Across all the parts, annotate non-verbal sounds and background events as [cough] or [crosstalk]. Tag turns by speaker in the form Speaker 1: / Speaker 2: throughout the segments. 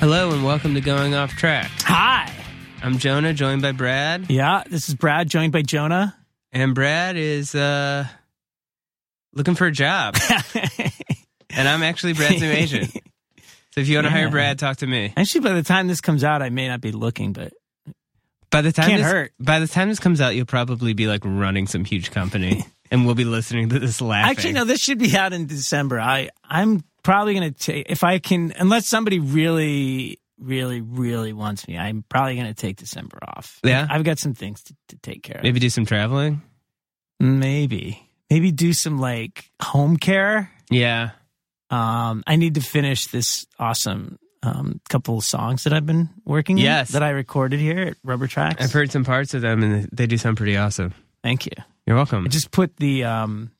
Speaker 1: Hello and welcome to Going Off Track.
Speaker 2: Hi.
Speaker 1: I'm Jonah, joined by Brad,
Speaker 2: Yeah, this is Brad, joined
Speaker 1: [laughs]
Speaker 2: by Jonah.
Speaker 1: and Brad is uh, looking for a job, and I'm actually Brad's new agent. So if you want to hire
Speaker 2: Yeah.
Speaker 1: Brad, talk to me.
Speaker 2: [laughs] Actually, by the time this comes out, I may not be looking, but
Speaker 1: By the time
Speaker 2: Can't
Speaker 1: this,
Speaker 2: hurt.
Speaker 1: by the time this comes out, you'll probably be like running some huge
Speaker 2: [laughs]
Speaker 1: company, and we'll be listening to this laughing.
Speaker 2: actually, no, this should be out in December. I I'm probably gonna take if I can, unless somebody really, really, really wants me. I'm probably gonna take December off.
Speaker 1: Yeah?
Speaker 2: I've got some things to, to take care of.
Speaker 1: maybe do some traveling.
Speaker 2: maybe, maybe do some like home care.
Speaker 1: Yeah,
Speaker 2: Um, I need to finish this awesome um couple songs that I've been working. on,
Speaker 1: Yes.
Speaker 2: that I recorded here at Rubber Tracks.
Speaker 1: I've heard some parts of them, and they do sound pretty awesome.
Speaker 2: Thank you.
Speaker 1: You're welcome.
Speaker 2: I just put the um,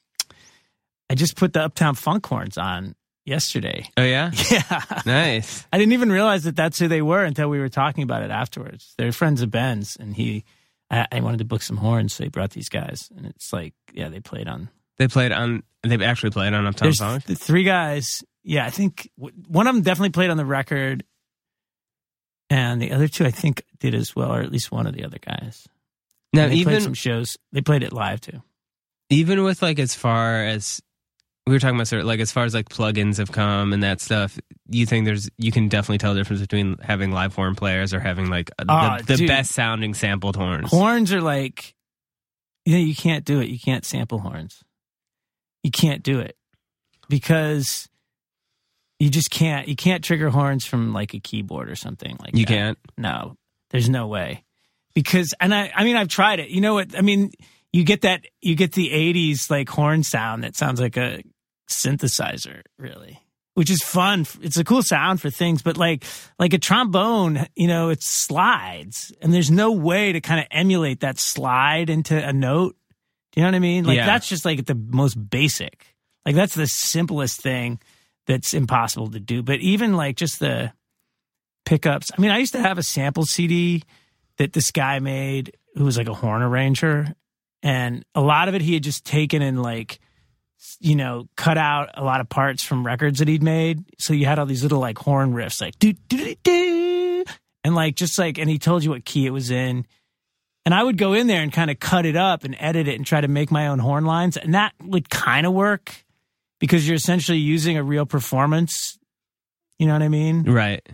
Speaker 2: I just put the Uptown Funk horns on
Speaker 1: [laughs]
Speaker 2: yesterday.
Speaker 1: oh yeah,
Speaker 2: [laughs] Yeah,
Speaker 1: nice.
Speaker 2: I didn't even realize that that's who they were until we were talking about it afterwards. They're friends of Ben's, and he, I, I wanted to book some horns, so he brought these guys, and it's like, yeah, they played on.
Speaker 1: They played on. They've actually played on Uptown
Speaker 2: There's
Speaker 1: Funk.
Speaker 2: th- three guys. Yeah, I think w- one of them definitely played on the record, and the other two I think did as well, or at least one of the other guys.
Speaker 1: Now
Speaker 2: And they
Speaker 1: even
Speaker 2: played some shows. They played it live too.
Speaker 1: even with like as far as we were talking about sort of, like as far as like plugins have come and that stuff you think there's you can definitely tell the difference between having live horn players or having like the,
Speaker 2: Ah,
Speaker 1: the
Speaker 2: dude.
Speaker 1: best sounding sampled horns
Speaker 2: horns are like you know you can't do it you can't sample horns you can't do it because you just can't you can't trigger horns from like a keyboard or something like
Speaker 1: you
Speaker 2: that.
Speaker 1: can't
Speaker 2: no there's no way because and i i mean i've tried it you know what i mean you get that you get the 80s like horn sound that sounds like a synthesizer really which is fun it's a cool sound for things but like like a trombone you know it slides and there's no way to kind of emulate that slide into a note do you know what i mean like
Speaker 1: Yeah.
Speaker 2: that's just like the most basic like that's the simplest thing that's impossible to do but even like just the pickups. I mean, I used to have a sample CD that this guy made who was like a horn arranger. And a lot of it he had just taken and like, you know, cut out a lot of parts from records that he'd made. So you had all these little like horn riffs, like do do do do, and like just like, and he told you what key it was in. And I would go in there and kind of cut it up and edit it and try to make my own horn lines, and that would kind of work because you're essentially using a real performance. You know what I mean?
Speaker 1: right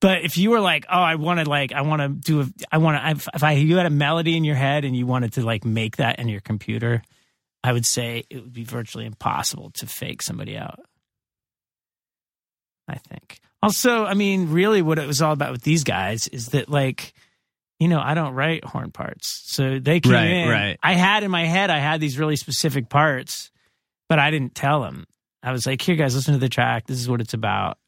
Speaker 2: But if you were like, oh, I want to like, I want to do, a, I want to, if, if I you had a melody in your head and you wanted to like make that in your computer, I would say it would be virtually impossible to fake somebody out. I think. Also, I mean, really, what it was all about with these guys is that like, you know, I don't write horn parts, so they came
Speaker 1: Right,
Speaker 2: in.
Speaker 1: right.
Speaker 2: I had in my head, I had these really specific parts, but I didn't tell them. I was like, here, guys, listen to the track. This is what it's about.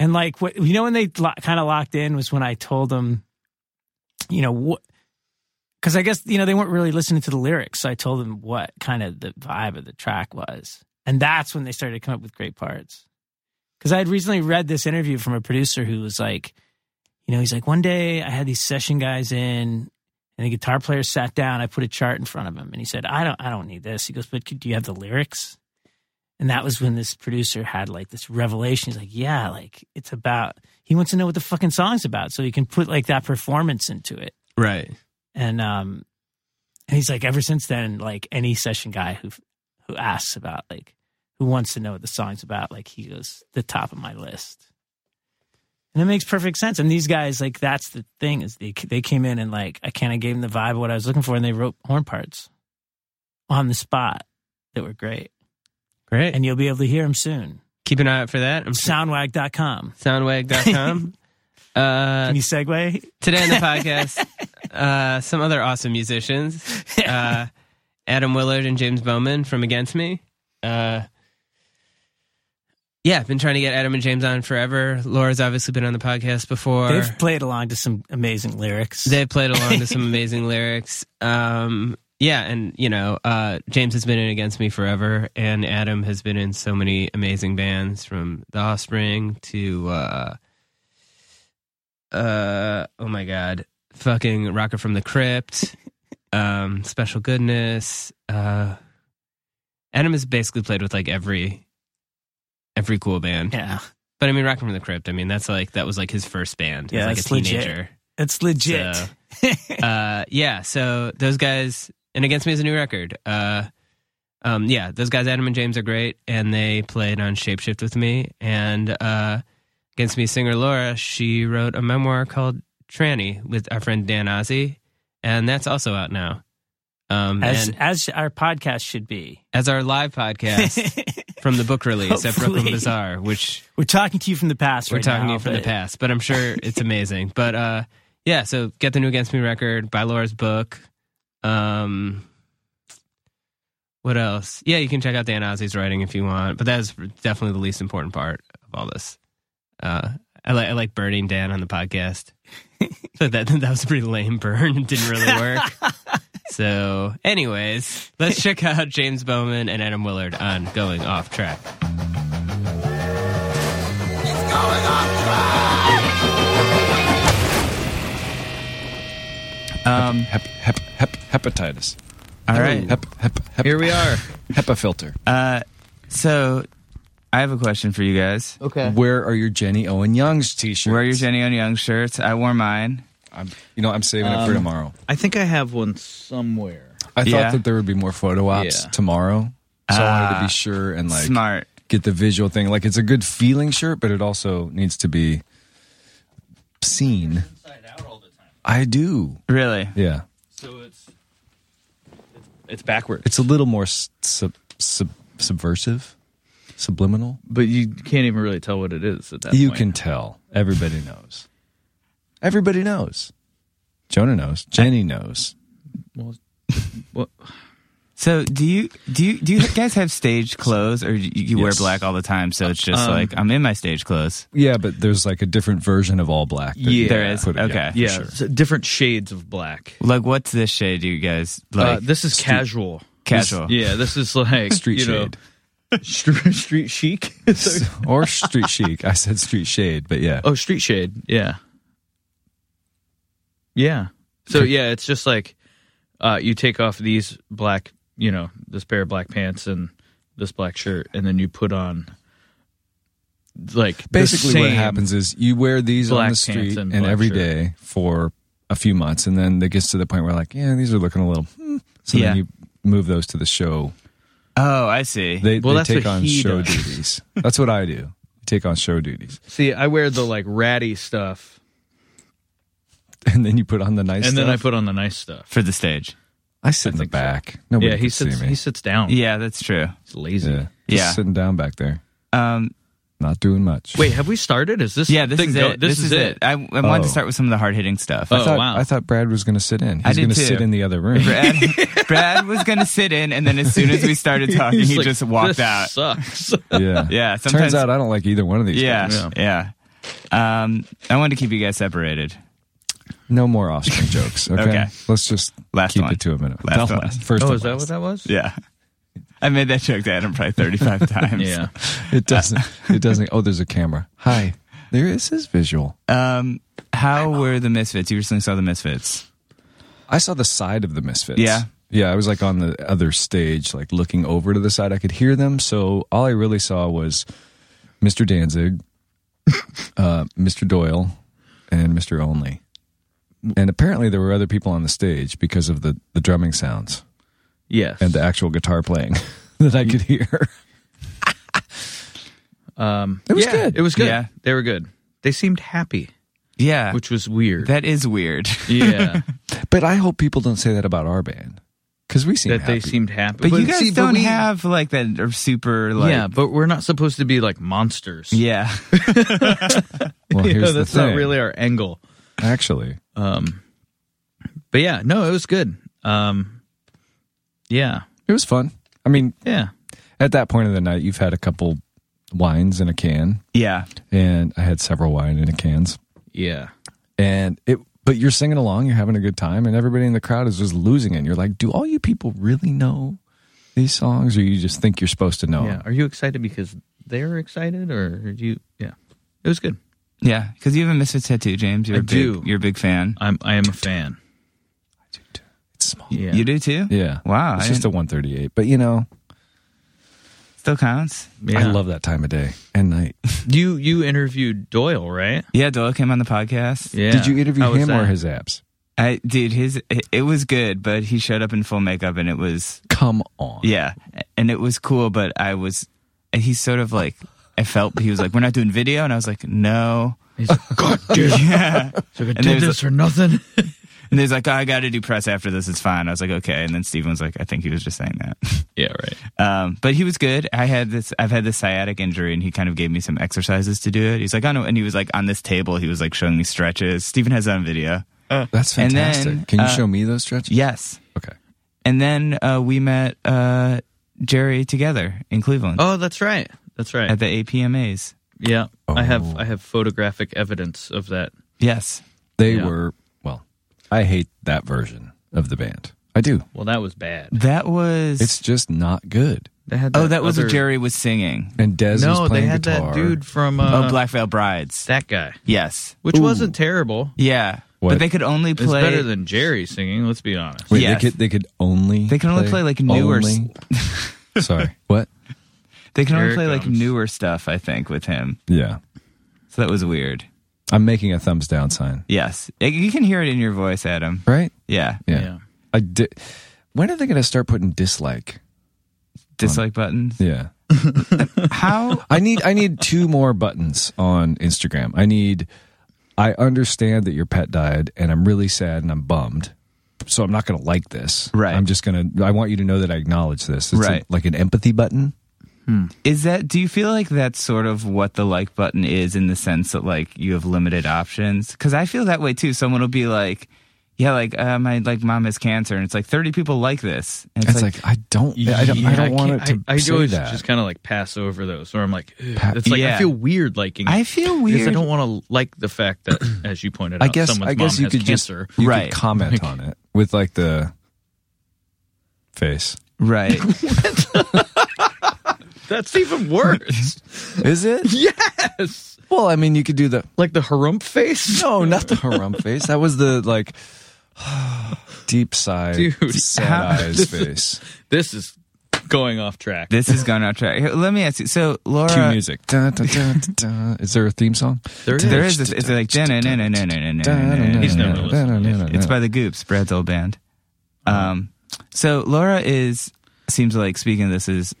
Speaker 2: And like, what you know, when they lo- kind of locked in was when I told them, you know, what, because I guess you know they weren't really listening to the lyrics. So I told them what kind of the vibe of the track was, and that's when they started to come up with great parts. Because I had recently read this interview from a producer who was like, you know, he's like, one day I had these session guys in, and the guitar player sat down. I put a chart in front of him, and he said, I don't, I don't need this. He goes, but do you have the lyrics? And that was when this producer had like this revelation. He's like, yeah, like it's about, he wants to know what the fucking song's about so he can put like that performance into it.
Speaker 1: Right.
Speaker 2: And, um, and he's like, ever since then, like any session guy who, who asks about like, who wants to know what the song's about, like he goes the top of my list. And it makes perfect sense. And these guys, like, that's the thing is they, they came in and like, I kind of gave them the vibe of what I was looking for. And they wrote horn parts on the spot that were great
Speaker 1: Great.
Speaker 2: and you'll be able to hear them soon.
Speaker 1: keep an eye out for that. I'm
Speaker 2: Soundwag.com. [laughs]
Speaker 1: soundwag.com. uh,
Speaker 2: Can you segue?
Speaker 1: today on the podcast, uh, some other awesome musicians, uh, Adam Willard and James Bowman from Against Me. Uh, yeah, I've been trying to get Adam and James on forever. Laura's obviously been on the podcast before.
Speaker 2: They've played along to some amazing lyrics.
Speaker 1: They've played along to some amazing lyrics. Um, yeah, and you know, uh, James has been in Against Me Forever, and Adam has been in so many amazing bands from The Offspring to, uh, uh, oh my God, fucking Rocker from the Crypt, um, Special Goodness. Uh, Adam has basically played with like every every cool band.
Speaker 2: yeah,
Speaker 1: But I mean, Rocker from the Crypt. I mean, that's like that was like his first band.
Speaker 2: Yeah,
Speaker 1: as, like
Speaker 2: that's
Speaker 1: a
Speaker 2: legit.
Speaker 1: teenager
Speaker 2: it's legit.
Speaker 1: So- uh, yeah, so those guys, and Against Me is a new record. Uh, um, yeah, those guys, Adam and James, are great, and they played on Shapeshift with me. And uh, Against Me singer Laura, she wrote a memoir called Tranny with our friend Dan Ozzie, and that's also out now. Um,
Speaker 2: as
Speaker 1: and
Speaker 2: as our podcast should be.
Speaker 1: as our live podcast from the book release at Brooklyn
Speaker 2: Hopefully.
Speaker 1: Bazaar, which
Speaker 2: [laughs] We're talking to you from the past.
Speaker 1: we're
Speaker 2: right
Speaker 1: talking to
Speaker 2: now,
Speaker 1: you from the
Speaker 2: but
Speaker 1: past, but I'm
Speaker 2: [laughs]
Speaker 1: sure it's amazing. But uh, yeah, so get the new Against Me record, buy Laura's book. Um, what else? Yeah, you can check out Dan Ozzie's writing if you want, but that's definitely the least important part of all this. Uh, I like I like burning Dan on the podcast,
Speaker 2: [laughs]
Speaker 1: but that that was a pretty lame burn. It didn't really
Speaker 2: [laughs]
Speaker 1: work. so, anyways, let's check out James Bowman and Adam Willard on Going Off Track.
Speaker 3: Um, hep, hep, hep, hepatitis.
Speaker 1: All right,
Speaker 3: Hep, hep, hep,
Speaker 1: here we are.
Speaker 3: HEPA filter.
Speaker 4: Uh, So, I have a question for you guys.
Speaker 5: Okay.
Speaker 3: Where are your Jenny Owen Young's t-shirts?
Speaker 4: Where are your Jenny on Young shirts? I wore mine. Um,
Speaker 3: I'm, you know, I'm saving it for tomorrow.
Speaker 5: I think I have one somewhere.
Speaker 3: I
Speaker 4: yeah. Uh,
Speaker 3: thought that there would be more photo ops
Speaker 5: Yeah.
Speaker 3: tomorrow, so I wanted to be sure and like
Speaker 4: Smart.
Speaker 3: get the visual thing. Like it's a good feeling shirt, but it also needs to be seen. I do.
Speaker 4: Really?
Speaker 3: Yeah,
Speaker 5: It's backwards.
Speaker 3: it's a little more s- sub, sub, subversive, subliminal.
Speaker 5: But you can't even really tell what it is at that
Speaker 3: you
Speaker 5: point.
Speaker 3: can tell. Everybody knows. Everybody knows. Jonah knows. Jenny knows.
Speaker 5: Well,
Speaker 4: So, do you do you do you guys have stage clothes, or you, you wear
Speaker 3: Yes.
Speaker 4: black all the time? So it's just
Speaker 5: Um,
Speaker 4: like I'm in my stage clothes.
Speaker 3: Yeah, but there's like a different version of all black. that you
Speaker 5: Yeah. There
Speaker 3: can
Speaker 4: is?
Speaker 3: put it-
Speaker 4: Okay.
Speaker 3: for [laughs]
Speaker 5: yeah,
Speaker 3: sure.
Speaker 5: so different shades of black.
Speaker 4: Like, what's this shade? You guys
Speaker 5: uh,
Speaker 4: like
Speaker 5: this is casual.
Speaker 4: casual?
Speaker 5: Yeah, this is like
Speaker 3: Street
Speaker 5: you know,
Speaker 3: shade.
Speaker 5: [laughs] Street, street chic. [laughs]
Speaker 3: [laughs] or street chic. I said street shade, but yeah.
Speaker 5: oh, street shade. Yeah, yeah. So yeah, it's just like uh, you take off these black, you know, this pair of black pants and this black shirt, and then you put on like the
Speaker 3: Basically, what
Speaker 5: same-
Speaker 3: happens is you wear these on
Speaker 5: black
Speaker 3: the
Speaker 5: pants
Speaker 3: street
Speaker 5: and
Speaker 3: and,
Speaker 5: black
Speaker 3: every
Speaker 5: shirt.
Speaker 3: day for a few months, and then it gets to the point where like, yeah, these are looking a little. hmm. So
Speaker 4: Yeah.
Speaker 3: then you move those to the show.
Speaker 4: Oh, I see.
Speaker 3: They,
Speaker 5: Well,
Speaker 3: they
Speaker 5: that's
Speaker 3: take
Speaker 5: what
Speaker 3: on
Speaker 5: he
Speaker 3: show
Speaker 5: does.
Speaker 3: duties. That's what I do. Take on show duties, [laughs]
Speaker 5: See, I wear the like ratty stuff,
Speaker 3: and then you put on the nice.
Speaker 5: and then I
Speaker 3: stuff.
Speaker 5: put on the nice stuff.
Speaker 4: for the stage.
Speaker 3: I sit in the back. Nobody
Speaker 5: yeah, he
Speaker 3: can see
Speaker 5: sits.
Speaker 3: me.
Speaker 5: He sits down.
Speaker 4: Yeah, that's true.
Speaker 5: he's lazy.
Speaker 3: yeah, just
Speaker 4: Yeah.
Speaker 3: sitting down back there,
Speaker 4: Um,
Speaker 3: not doing much.
Speaker 5: Wait, have we started? Is this
Speaker 4: yeah, this
Speaker 5: thing
Speaker 4: is
Speaker 5: go-
Speaker 4: it. This, is, it. I, I wanted
Speaker 3: Oh.
Speaker 4: to start with some of the hard hitting stuff.
Speaker 3: I
Speaker 5: Oh,
Speaker 3: thought,
Speaker 5: wow.
Speaker 3: I thought Brad was going to sit in.
Speaker 4: I
Speaker 3: He's
Speaker 4: did
Speaker 3: going to
Speaker 4: too.
Speaker 3: sit in the other
Speaker 5: [laughs]
Speaker 3: room.
Speaker 4: Brad, Brad was gonna sit in, and then as soon as we started talking,
Speaker 5: He's
Speaker 4: he
Speaker 5: like,
Speaker 4: just walked
Speaker 5: "This
Speaker 4: out. [laughs]
Speaker 5: Sucks.
Speaker 3: [laughs]
Speaker 5: [laughs]
Speaker 3: yeah,
Speaker 4: Yeah, sometimes-
Speaker 3: Turns out I don't like either one of these.
Speaker 4: Yeah,
Speaker 3: guys.
Speaker 4: yeah. Um, I wanted to keep you guys separated.
Speaker 3: No more offspring [laughs] jokes. Okay.
Speaker 4: Okay.
Speaker 3: Let's just
Speaker 4: Last
Speaker 3: keep
Speaker 4: one.
Speaker 3: it to a minute.
Speaker 4: Last
Speaker 3: No,
Speaker 4: one.
Speaker 3: First.
Speaker 5: oh,
Speaker 3: and
Speaker 5: is that
Speaker 3: last.
Speaker 5: what that was?
Speaker 4: Yeah. I made that joke to Adam
Speaker 5: [laughs]
Speaker 4: probably 35 times.
Speaker 5: Yeah.
Speaker 3: [laughs] It doesn't. it doesn't. Oh, there's a camera. Hi. There is his visual.
Speaker 4: Um, how were the Misfits? You recently saw the Misfits.
Speaker 3: I saw the side of the Misfits.
Speaker 4: Yeah.
Speaker 3: Yeah, I was like on the other stage, like looking over to the side. I could hear them. So all I really saw was Mr. Danzig, [laughs] uh, Mr. Doyle, and Mr. Only. And apparently there were other people on the stage because of the, the drumming sounds
Speaker 5: Yes.
Speaker 3: and the
Speaker 4: uh,
Speaker 3: actual guitar playing [laughs] that I could hear.
Speaker 5: [laughs] um,
Speaker 3: It was
Speaker 5: yeah,
Speaker 3: good.
Speaker 5: It was good.
Speaker 4: Yeah.
Speaker 5: They were good. They seemed happy,
Speaker 4: Yeah.
Speaker 5: which was weird.
Speaker 4: that is weird.
Speaker 5: yeah. [laughs]
Speaker 3: But I hope people don't say that about our band because we seem
Speaker 5: that they
Speaker 3: happy.
Speaker 5: seemed happy.
Speaker 4: But, you guys
Speaker 5: see,
Speaker 4: don't
Speaker 5: we-
Speaker 4: have like that or super like
Speaker 5: yeah, but we're not supposed to be like monsters. [laughs]
Speaker 4: yeah. [laughs]
Speaker 3: well,
Speaker 5: You know,
Speaker 3: here's the
Speaker 5: that's
Speaker 3: thing.
Speaker 5: not really our angle.
Speaker 3: Actually,
Speaker 5: Um, but yeah, no, it was good. Um, yeah,
Speaker 3: it was fun. I mean,
Speaker 5: yeah,
Speaker 3: at that point of the night, you've had a couple wines in a can,
Speaker 4: Yeah.
Speaker 3: and I had several wine in a cans.
Speaker 5: yeah.
Speaker 3: and it but you're singing along you're having a good time and everybody in the crowd is just losing it and you're like do all you people really know these songs or you just think you're supposed to know
Speaker 5: Yeah.
Speaker 3: 'em?
Speaker 5: Are you excited because they're excited, or do you? Yeah, it was good.
Speaker 4: Yeah. Because you have a Misfits tattoo, James. You're
Speaker 5: I
Speaker 4: a big,
Speaker 5: do.
Speaker 4: You're a big fan.
Speaker 5: I'm I am a fan.
Speaker 3: it's small
Speaker 5: Yeah,
Speaker 4: You do too?
Speaker 3: yeah
Speaker 4: Wow,
Speaker 3: it's
Speaker 4: I
Speaker 3: just a
Speaker 4: didn't-
Speaker 3: 138 but you know
Speaker 4: Still counts?
Speaker 3: i
Speaker 5: Yeah.
Speaker 3: love that time of day and night
Speaker 5: you. You interviewed Doyle, right?
Speaker 4: Yeah, Doyle came on the podcast.
Speaker 5: Yeah.
Speaker 3: did you interview
Speaker 5: How was
Speaker 3: him or
Speaker 5: that?
Speaker 3: his apps
Speaker 4: I dude, his it, it was good, but he showed up in full makeup and it was
Speaker 3: come on
Speaker 4: Yeah, and it was cool, but I was, and he's sort of like, I felt he was like, "We're not doing video," and I was like, "No."
Speaker 5: He's like, God, dude,
Speaker 4: Yeah,
Speaker 5: so I
Speaker 4: And
Speaker 5: did
Speaker 4: there's
Speaker 5: this or nothing.
Speaker 4: and he's like, oh, "I got to do press after this. It's fine." I was like, "Okay," and then Steven was like, "I think he was just saying that."
Speaker 5: [laughs]
Speaker 4: [laughs]
Speaker 5: yeah, right.
Speaker 4: Um, but he was good. I had this, I've had this sciatic injury, and he kind of gave me some exercises to do it. He's like, "I know," and he was like on this table, he was like showing me stretches. Steven has that on video.
Speaker 3: that's
Speaker 4: And
Speaker 3: fantastic
Speaker 4: then,
Speaker 3: can you
Speaker 4: uh,
Speaker 3: show me those stretches
Speaker 4: Yes,
Speaker 3: okay
Speaker 4: and then uh, we met uh, Jerry together in Cleveland
Speaker 5: Oh, that's right. That's right.
Speaker 4: at the APMAs.
Speaker 5: Yeah, I have
Speaker 3: Oh.
Speaker 5: I have photographic evidence of that.
Speaker 4: Yes.
Speaker 3: they
Speaker 5: Yeah.
Speaker 3: were well i hate that version of the band i do
Speaker 5: Well, that was bad.
Speaker 4: That was
Speaker 3: it's just not good
Speaker 5: They had
Speaker 4: Oh, that was
Speaker 5: other-
Speaker 4: what Jerry was singing.
Speaker 3: and des was
Speaker 5: No, they
Speaker 3: playing
Speaker 5: had
Speaker 3: guitar
Speaker 5: that dude from uh,
Speaker 4: oh, Black Veil Brides.
Speaker 5: that guy,
Speaker 4: yes.
Speaker 5: which wasn't terrible.
Speaker 4: Yeah.
Speaker 3: What?
Speaker 4: But they could only
Speaker 5: It's
Speaker 4: play.
Speaker 5: better than Jerry singing. Let's be honest.
Speaker 3: Wait,
Speaker 4: Yes.
Speaker 3: they could they could only
Speaker 4: They can only play, like, newer s-
Speaker 3: only- [laughs] Sorry, what?
Speaker 4: they can
Speaker 5: Here
Speaker 4: only
Speaker 5: it
Speaker 4: play like
Speaker 5: comes.
Speaker 4: newer stuff. I think with him.
Speaker 3: Yeah,
Speaker 4: So that was weird.
Speaker 3: I'm making a thumbs down sign.
Speaker 4: Yes, Y- you can hear it in your voice, Adam.
Speaker 3: Right?
Speaker 4: Yeah.
Speaker 3: Yeah.
Speaker 5: Yeah.
Speaker 3: I di- when are they going to start putting dislike?
Speaker 4: Dislike buttons.
Speaker 3: Yeah,
Speaker 4: How?
Speaker 3: I need I need two more buttons on Instagram. I need. I understand that your pet died, and I'm really sad and I'm bummed. So I'm not going to like this.
Speaker 4: Right.
Speaker 3: I'm just going to. I want you to know that I acknowledge this. It's a-
Speaker 4: Right.
Speaker 3: like an empathy button.
Speaker 4: Is that? Do you feel like that's sort of what the like button is in the sense that like you have limited options? Because I feel that way too. Someone will be like, "Yeah, like uh, my like mom has cancer," and it's like thirty people like this. And
Speaker 3: It's, like, I don't. I don't, I
Speaker 5: Yeah,
Speaker 3: don't want it
Speaker 5: can't-
Speaker 3: to
Speaker 5: I, I
Speaker 3: say
Speaker 5: always
Speaker 3: that.
Speaker 5: just kind of like pass over those, or I'm like, "Ugh,"
Speaker 3: Pa-
Speaker 5: it's like
Speaker 4: Yeah.
Speaker 5: I feel weird liking.
Speaker 4: I
Speaker 5: it,
Speaker 4: feel
Speaker 5: because
Speaker 4: weird.
Speaker 5: I don't want to like the fact that, as you pointed out,
Speaker 3: I guess
Speaker 5: someone's
Speaker 3: I guess
Speaker 5: mom
Speaker 3: you
Speaker 5: has
Speaker 3: could
Speaker 5: cancer.
Speaker 3: just you
Speaker 4: Right.
Speaker 3: could comment on it with like the face.
Speaker 4: right.
Speaker 5: That's even worse.
Speaker 3: Is it?
Speaker 5: yes,
Speaker 3: Well, I mean, you could do the
Speaker 5: like the harump face.
Speaker 3: no, not the harumph face. That was the like deep sigh,
Speaker 5: Dude.
Speaker 3: sad
Speaker 4: How-
Speaker 3: eyes face.
Speaker 5: This is going off track.
Speaker 4: This has gone off track. Here, Let me ask you. So, Laura,
Speaker 3: Cue music. Dun, dun, dun, dun. Is there a theme song?
Speaker 5: There it
Speaker 4: there
Speaker 5: is.
Speaker 4: is this. It's like no no no no no no no.
Speaker 3: He's
Speaker 5: He's never
Speaker 4: It's by the Goops, Brad's old band.
Speaker 3: Uh-huh.
Speaker 4: Um, so Laura is seems like speaking of this is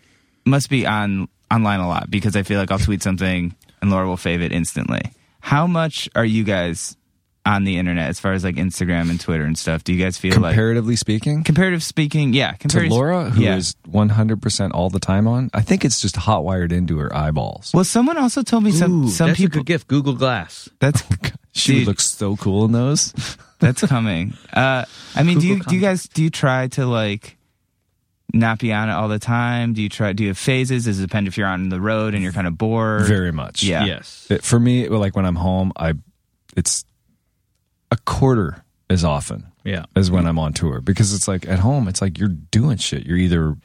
Speaker 4: must be on online a lot because I feel like I'll tweet something and Laura will fave it instantly. How much are you guys on the internet as far as like Instagram and Twitter and stuff? Do you guys feel like
Speaker 3: comparatively speaking
Speaker 4: comparative speaking? Yeah,
Speaker 3: to
Speaker 4: comparative
Speaker 3: Laura, who
Speaker 4: yeah.
Speaker 3: is 100% all the time on. I think it's just hot wired into her eyeballs.
Speaker 4: well, someone also told me some
Speaker 5: Ooh,
Speaker 4: some
Speaker 5: that's a
Speaker 4: people
Speaker 5: good gift. Google Glass.
Speaker 4: that's
Speaker 3: [laughs] She
Speaker 4: Dude.
Speaker 3: would look so cool in those.
Speaker 4: That's coming. Uh, I mean, do you do you guys do you try to like not be on it all the time? Do you try? Do you have phases? Does it depend if you're on the road and you're kind of bored?
Speaker 3: Very much.
Speaker 4: Yeah.
Speaker 5: Yes.
Speaker 3: It- for me, well, like when I'm home, I it's a quarter as often
Speaker 5: Yeah.
Speaker 3: as when I'm on tour because it's like at home, it's like you're doing shit. You're either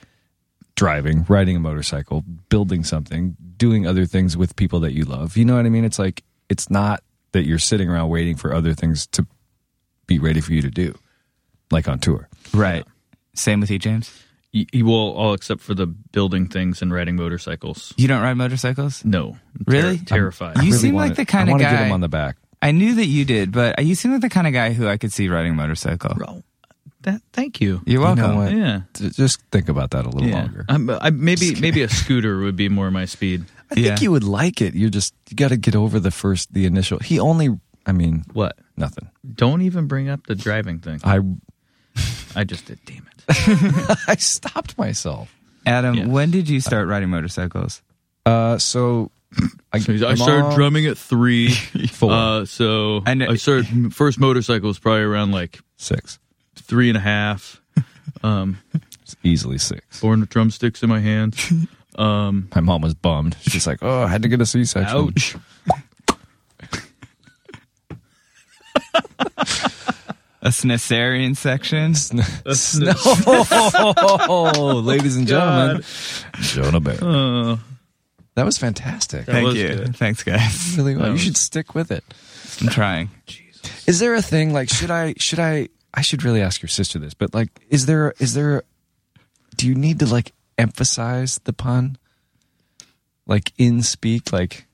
Speaker 3: driving, riding a motorcycle, building something, doing other things with people that you love. You know what I mean? It's like it's not that you're sitting around waiting for other things to be ready for you to do, like on tour.
Speaker 4: Right. Same with you, James.
Speaker 5: Y- y- Well, all except for the building things and riding motorcycles.
Speaker 4: You don't ride motorcycles?
Speaker 5: No, I'm
Speaker 4: Really?
Speaker 5: ter- terrified.
Speaker 4: I'm- You
Speaker 3: really
Speaker 4: seem like
Speaker 3: wanna-
Speaker 4: the
Speaker 3: I
Speaker 4: kinda
Speaker 3: wanna
Speaker 4: guy-
Speaker 3: get him on the back.
Speaker 4: I knew that you did, but you seem like the kind of guy who I could see riding a motorcycle.
Speaker 5: Bro, that. Thank you.
Speaker 3: You
Speaker 4: You're welcome.
Speaker 3: know what?
Speaker 5: Yeah.
Speaker 3: J- Just think about that a little
Speaker 5: Yeah.
Speaker 3: longer.
Speaker 5: I'm, I, maybe maybe a scooter would be more my speed.
Speaker 3: I think
Speaker 4: Yeah.
Speaker 3: you would like it. You're just you got to get over the first the initial. He only I mean
Speaker 5: What?
Speaker 3: nothing.
Speaker 5: Don't even bring up the driving thing.
Speaker 3: I
Speaker 5: I just did. Damn it.
Speaker 3: [laughs] I stopped myself.
Speaker 4: Adam,
Speaker 5: Yeah.
Speaker 4: when did you start riding motorcycles?
Speaker 3: Uh, so [clears throat] I,
Speaker 5: I started drumming at three.
Speaker 3: Four.
Speaker 5: Uh, so
Speaker 4: I
Speaker 5: I,
Speaker 4: know-
Speaker 5: started first motorcycle was probably around like
Speaker 3: six,
Speaker 5: three and a half. Um,
Speaker 3: It's easily six.
Speaker 5: born with drumsticks in my hands. Um,
Speaker 3: My mom was bummed. She's like, "Oh, I had to get a C-section." [laughs]
Speaker 5: ouch.
Speaker 4: A Snickerian section?
Speaker 3: No, [laughs] ladies and gentlemen, Jonah Bear.
Speaker 5: Uh,
Speaker 3: That was fantastic.
Speaker 5: That
Speaker 4: Thank
Speaker 5: was
Speaker 4: you.
Speaker 5: good.
Speaker 4: Thanks, guys.
Speaker 3: really was.
Speaker 5: that
Speaker 3: You
Speaker 5: was-
Speaker 3: should stick with it.
Speaker 4: I'm trying.
Speaker 3: Is there a thing like should I should I I should really ask your sister this, but like is there is there do you need to like emphasize the pun? Like in speak, like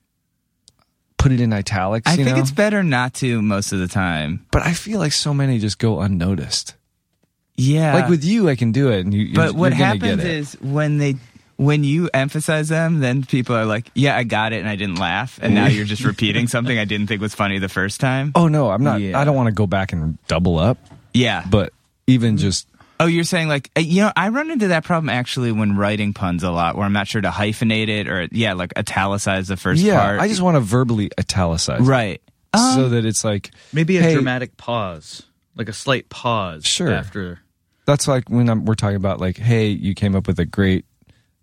Speaker 3: put it in italics,
Speaker 4: I
Speaker 3: you
Speaker 4: think
Speaker 3: know?
Speaker 4: it's better not to most of the time.
Speaker 3: but I feel like so many just go unnoticed.
Speaker 4: Yeah.
Speaker 3: like with you I can do it and you
Speaker 4: but
Speaker 3: you're,
Speaker 4: what
Speaker 3: you're gonna
Speaker 4: happens
Speaker 3: get it.
Speaker 4: is when they when you emphasize them, then people are like, "Yeah, I got it," and I didn't laugh, and now you're just repeating something I didn't think was funny the first time.
Speaker 3: Oh no, I'm not
Speaker 5: Yeah.
Speaker 3: I don't want to go back and double up,
Speaker 4: Yeah.
Speaker 3: but even just
Speaker 4: Oh, you're saying like uh, you know I run into that problem actually when writing puns a lot, where I'm not sure to hyphenate it or yeah, like italicize the first
Speaker 3: yeah,
Speaker 4: part.
Speaker 3: I just want to verbally italicize it.
Speaker 4: right. Um,
Speaker 3: so that it's like
Speaker 5: Maybe a
Speaker 3: hey,
Speaker 5: dramatic pause, like a slight pause.
Speaker 3: Sure.
Speaker 5: After
Speaker 3: that's like when I'm, we're talking about like, hey, you came up with a great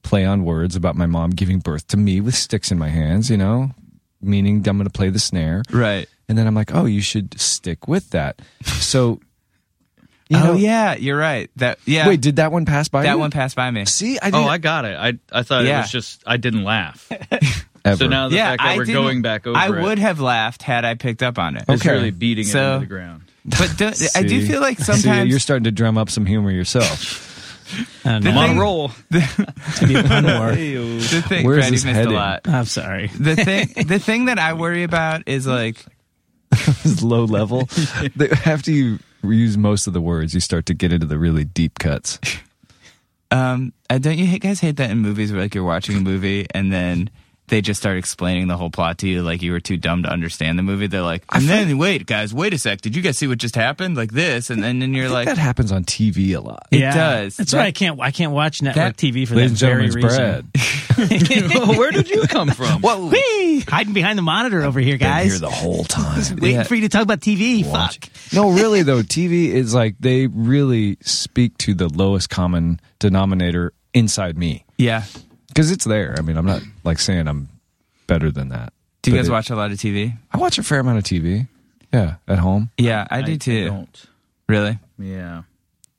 Speaker 3: play on words about my mom giving birth to me with sticks in my hands, you know, meaning I'm going to play the snare.
Speaker 4: right.
Speaker 3: And then I'm like, oh, you should stick with that. So, you
Speaker 4: oh
Speaker 3: know,
Speaker 4: yeah, you're right. That yeah.
Speaker 3: Wait, did that one pass by?
Speaker 4: that
Speaker 3: you?
Speaker 4: one passed by me.
Speaker 3: See, I didn't
Speaker 5: oh, I got it. I I thought
Speaker 4: Yeah.
Speaker 5: it was just I didn't
Speaker 4: [laughs]
Speaker 5: laugh.
Speaker 3: ever.
Speaker 5: So now the
Speaker 4: yeah,
Speaker 5: fact that
Speaker 4: I
Speaker 5: we're
Speaker 4: didn't-
Speaker 5: going back over,
Speaker 4: I
Speaker 5: it
Speaker 4: would have laughed had I picked up on it.
Speaker 5: is
Speaker 3: Okay.
Speaker 5: really beating it
Speaker 4: So-
Speaker 5: into the ground.
Speaker 4: But do, I do
Speaker 3: Oh, [laughs] See?
Speaker 4: feel like
Speaker 3: See,
Speaker 4: sometimes
Speaker 3: you're starting to drum up some humor [laughs] yourself.
Speaker 2: I don't
Speaker 4: The
Speaker 2: know.
Speaker 5: I'm on
Speaker 4: thing-
Speaker 5: a roll.
Speaker 2: [laughs] to be a pun
Speaker 4: [laughs]
Speaker 2: war.
Speaker 4: the thing
Speaker 3: Where's
Speaker 4: Brad, you
Speaker 3: this
Speaker 4: missed
Speaker 3: heading?
Speaker 4: a lot.
Speaker 2: I'm sorry.
Speaker 3: [laughs]
Speaker 4: The thing, the thing that I worry about is like
Speaker 3: it's low level. They- After you use most of the words, you start to get into the really deep cuts.
Speaker 4: Um, uh, don't you hate, guys hate that in movies where like you're watching a movie and then they just start explaining the whole plot to you like you were too dumb to understand the movie. They're like, and then wait, guys, wait a sec. Did you guys see what just happened? Like this, and then and you're like,
Speaker 3: that happens on TV a lot.
Speaker 4: It does.
Speaker 2: That's
Speaker 4: That-
Speaker 2: why I can't. I can't watch network
Speaker 4: That-
Speaker 2: TV for
Speaker 3: Ladies
Speaker 2: that
Speaker 3: and
Speaker 2: very
Speaker 3: gentlemen,
Speaker 2: reason.
Speaker 3: it's Brad. [laughs]
Speaker 5: Oh, Where did you come from?
Speaker 2: Whoa! Hiding behind the monitor over here,
Speaker 3: Been
Speaker 2: guys.
Speaker 3: here the whole [laughs] time.
Speaker 2: Waiting for you to talk about TV. Fuck.
Speaker 3: No, really though, TV is like they really speak to the lowest common denominator inside me
Speaker 4: yeah.
Speaker 3: because it's there. I mean, I'm not like saying I'm better than that.
Speaker 4: Do you
Speaker 3: But
Speaker 4: guys
Speaker 3: it-
Speaker 4: watch a lot of TV?
Speaker 3: I watch a fair amount of TV. Yeah, at home.
Speaker 4: Yeah, I do too.
Speaker 5: Don't.
Speaker 4: Really?
Speaker 5: Yeah.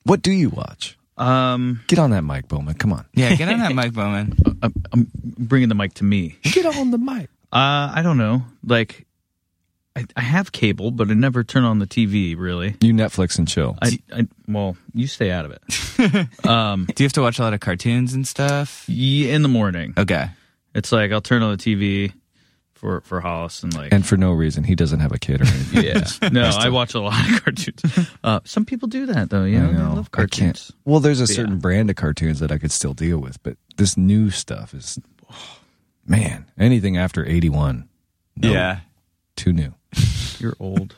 Speaker 3: What do you watch?
Speaker 5: Um,
Speaker 3: Get on that mic, Bowman. Come on,
Speaker 4: Yeah, get
Speaker 3: [laughs]
Speaker 4: on that Mike Bowman.
Speaker 5: I'm, I'm bringing the mic to me.
Speaker 3: get on the mic.
Speaker 5: Uh, I don't know. Like, I, I have cable, but I never turn on the TV. Really.
Speaker 3: You Netflix and chill.
Speaker 5: I, I well, you stay out of it. um,
Speaker 4: Do you have to watch a lot of cartoons and stuff?
Speaker 5: ye- in the morning,
Speaker 4: Okay.
Speaker 5: it's like I'll turn on the TV for for Hollis and like
Speaker 3: and for no reason, he doesn't have a kid or
Speaker 2: [laughs]
Speaker 3: anything.
Speaker 5: yeah. [laughs] no, I watch a lot of [laughs] cartoons. Uh, some people do that though. Yeah,
Speaker 3: I know.
Speaker 5: they love
Speaker 3: I can't-
Speaker 5: cartoons.
Speaker 3: Well, there's a certain brand of cartoons that I could still deal with, but this new stuff is, man, anything after 81, No.
Speaker 4: Yeah.
Speaker 3: too new.
Speaker 5: You're old.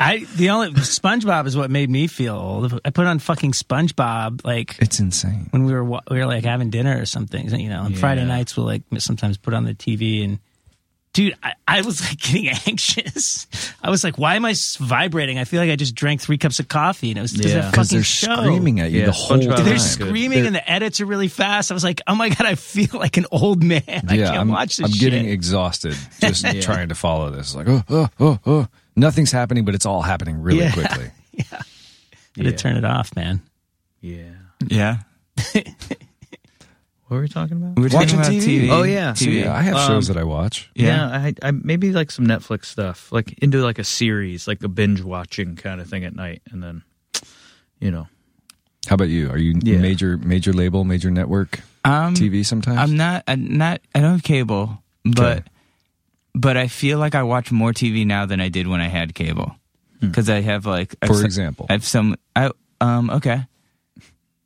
Speaker 2: I the only SpongeBob is what made me feel old. I put on fucking SpongeBob like
Speaker 3: It's insane.
Speaker 2: when we were wa- we were like having dinner or something. You know, on Friday
Speaker 5: Yeah.
Speaker 2: nights we'll like sometimes put on the TV and. Dude, I, I was like [laughs] getting anxious. I was like, "Why am I s- vibrating? I feel like I just drank three cups of coffee." And it was because
Speaker 5: Yeah.
Speaker 2: that
Speaker 3: Because
Speaker 2: fucking
Speaker 3: they're
Speaker 2: show.
Speaker 3: screaming at you
Speaker 5: Yeah,
Speaker 3: the whole
Speaker 5: SpongeBob
Speaker 3: time.
Speaker 2: They're
Speaker 5: Right.
Speaker 2: screaming and the edits are really fast. I was like, oh my god, I feel like an old man. [laughs] I
Speaker 3: yeah,
Speaker 2: can't
Speaker 3: I'm,
Speaker 2: watch this
Speaker 3: I'm
Speaker 2: shit.
Speaker 3: getting
Speaker 2: [laughs]
Speaker 3: exhausted just trying to follow this. Like, oh, oh, oh, oh. Nothing's happening, but it's all happening really
Speaker 2: Yeah. [laughs]
Speaker 3: quickly.
Speaker 2: I had to turn it off, man.
Speaker 5: Yeah.
Speaker 4: Yeah.
Speaker 5: What were we talking about?
Speaker 4: We were talking
Speaker 3: Watching
Speaker 4: about
Speaker 3: TV?
Speaker 4: TV.
Speaker 5: Oh, yeah.
Speaker 3: So,
Speaker 4: TV.
Speaker 3: yeah, I have
Speaker 5: Um,
Speaker 3: shows that I watch.
Speaker 4: Yeah.
Speaker 5: Yeah, I, I maybe like some Netflix stuff, like into like a series, like a binge watching kind of thing at night, and then you know.
Speaker 3: How about you? Are you
Speaker 5: Yeah.
Speaker 3: major major label, major network
Speaker 4: Um,
Speaker 3: TV sometimes?
Speaker 4: I'm not. I'm not. I don't have cable, but
Speaker 3: Okay.
Speaker 4: but I feel like I watch more TV now than I did when I had cable because I have like I've
Speaker 3: Hmm. For
Speaker 4: some-
Speaker 3: example.
Speaker 4: I have some. I um okay.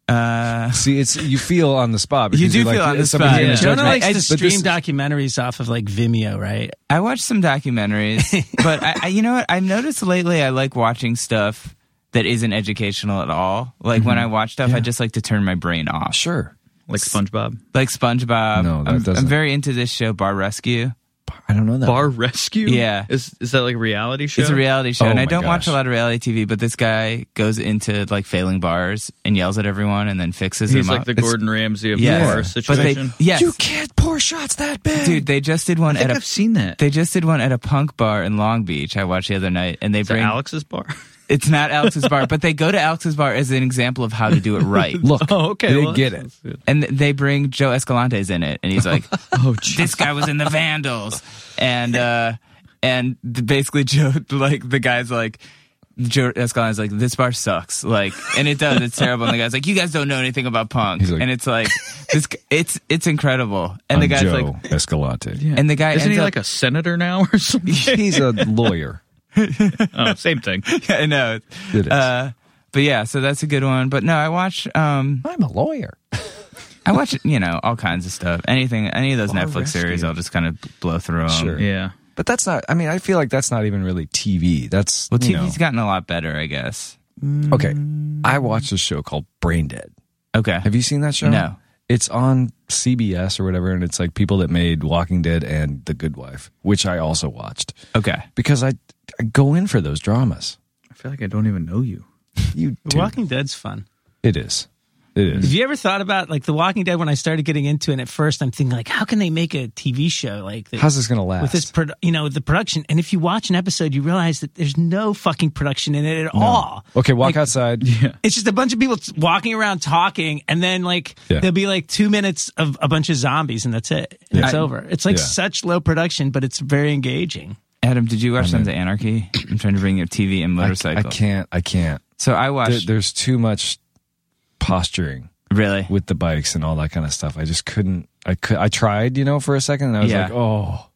Speaker 4: Uh,
Speaker 3: See, it's you feel on the spot.
Speaker 4: You
Speaker 3: because
Speaker 4: do
Speaker 3: you're like,
Speaker 4: feel on the
Speaker 3: "Is somebody
Speaker 4: spot."
Speaker 3: gonna
Speaker 4: Yeah.
Speaker 3: judge
Speaker 2: Jonah
Speaker 3: me?"
Speaker 2: likes
Speaker 4: I-
Speaker 2: to
Speaker 4: but
Speaker 2: stream
Speaker 3: this-
Speaker 2: documentaries off of like Vimeo, right?
Speaker 4: I watch
Speaker 3: [laughs]
Speaker 4: some documentaries, but I, I you know what I've noticed lately? I like watching stuff that isn't educational at all. Like when I
Speaker 3: Mm-hmm.
Speaker 4: watch stuff, I just like to turn my brain off.
Speaker 3: Sure.
Speaker 5: Like SpongeBob.
Speaker 4: Like SpongeBob.
Speaker 3: No, that
Speaker 4: I'm,
Speaker 3: doesn't-
Speaker 4: I'm very into this show, Bar Rescue.
Speaker 3: I don't know that.
Speaker 5: Bar Rescue?
Speaker 4: Yeah.
Speaker 5: Is is that like a reality show?
Speaker 4: It's a reality show,
Speaker 3: Oh
Speaker 4: and I
Speaker 3: my
Speaker 4: don't watch
Speaker 3: gosh.
Speaker 4: a lot of reality TV. But this guy goes into like failing bars and yells at everyone, and then fixes
Speaker 5: He's
Speaker 4: them
Speaker 5: like
Speaker 4: up.
Speaker 5: the
Speaker 4: It's-
Speaker 5: Gordon Ramsay of
Speaker 4: yes.
Speaker 5: the bar situation.
Speaker 4: But they, yes,
Speaker 3: You can't pour shots that big.
Speaker 4: dude, they just did one
Speaker 5: I think
Speaker 4: at a
Speaker 5: I've seen that.
Speaker 4: they just did one at a punk bar in Long Beach. I watched the other night, and they
Speaker 5: Is that
Speaker 4: bring
Speaker 5: Alex's
Speaker 4: [laughs]
Speaker 5: bar?
Speaker 4: it's not Alex's bar, but they go to Alex's bar as an example of how to do it right.
Speaker 3: Look,
Speaker 5: Oh, okay.
Speaker 3: They
Speaker 5: well,
Speaker 3: get
Speaker 5: that
Speaker 3: it.
Speaker 5: sounds good.
Speaker 4: and they bring Joe Escalante's in it, and
Speaker 3: [laughs]
Speaker 4: he's like,
Speaker 5: Oh, geez.
Speaker 4: this guy was in the Vandals, and uh, and th- basically Joe, like the guy's like. Joe Escalante's like this bar sucks, like, and it does. It's terrible. And the guy's like, "You guys don't know anything about punk,"
Speaker 3: He's like-
Speaker 4: and it's like, "This, g- it's it's incredible." And the
Speaker 3: I'm
Speaker 4: guy's
Speaker 3: Joe
Speaker 4: like, [laughs]
Speaker 3: Escalante.
Speaker 4: and the guy
Speaker 5: Isn't
Speaker 4: ends
Speaker 5: he
Speaker 4: up,
Speaker 5: like a senator now or
Speaker 4: [laughs]
Speaker 5: something?
Speaker 3: He's a lawyer.
Speaker 5: oh, same thing.
Speaker 4: [laughs] I know,
Speaker 3: It is.
Speaker 4: uh, but yeah, so that's a good one. But no, I watch, um,
Speaker 3: I'm a lawyer.
Speaker 4: [laughs] I watch, you know, all kinds of stuff. Anything, any of those
Speaker 3: Bar
Speaker 4: Netflix
Speaker 3: Rescue.
Speaker 4: series, I'll just kind of blow through them.
Speaker 3: Sure.
Speaker 5: Yeah.
Speaker 3: Um, But that's not. I mean, I feel like that's not even really TV. That's
Speaker 4: Well, Mm.
Speaker 3: you
Speaker 4: TV's gotten a lot better, I guess.
Speaker 3: know. okay. I watched a show called Brain Dead.
Speaker 4: Okay.
Speaker 3: Have you seen that show?
Speaker 4: No.
Speaker 3: It's on CBS or whatever, and it's like people that made Walking Dead and The Good Wife, which I also watched
Speaker 4: Okay.
Speaker 3: because I, I go in for those dramas.
Speaker 5: I feel like I don't even know you.
Speaker 3: You
Speaker 2: The
Speaker 3: do.
Speaker 2: Walking Dead's fun.
Speaker 3: It is. It
Speaker 2: Have
Speaker 3: is.
Speaker 2: you ever thought about like The Walking Dead? When I started getting into it at first, I'm thinking like, how can they make a TV show like that
Speaker 3: How's this going to last?
Speaker 2: with this, produ- you know, the production? And if you watch an episode, you realize that there's no fucking production in it at all.
Speaker 3: okay, walk
Speaker 2: Like,
Speaker 3: outside.
Speaker 2: It's just a bunch of people t- walking around talking, and then like
Speaker 3: Yeah.
Speaker 2: there'll be like two minutes of a bunch of zombies, and that's it. And It's over. It's like
Speaker 3: Yeah.
Speaker 2: such low production, but it's very engaging.
Speaker 4: Adam, did you watch Sons of Anarchy? I'm trying to bring up TV and
Speaker 3: I,
Speaker 4: motorcycle.
Speaker 3: I can't. I can't.
Speaker 4: So I
Speaker 3: There,
Speaker 4: watched.
Speaker 3: there's too much posturing
Speaker 4: really?
Speaker 3: with the bikes and all that kind of stuff. I just couldn't. I could. I tried, you know, for a second, and I was
Speaker 4: Yeah.
Speaker 3: like, oh,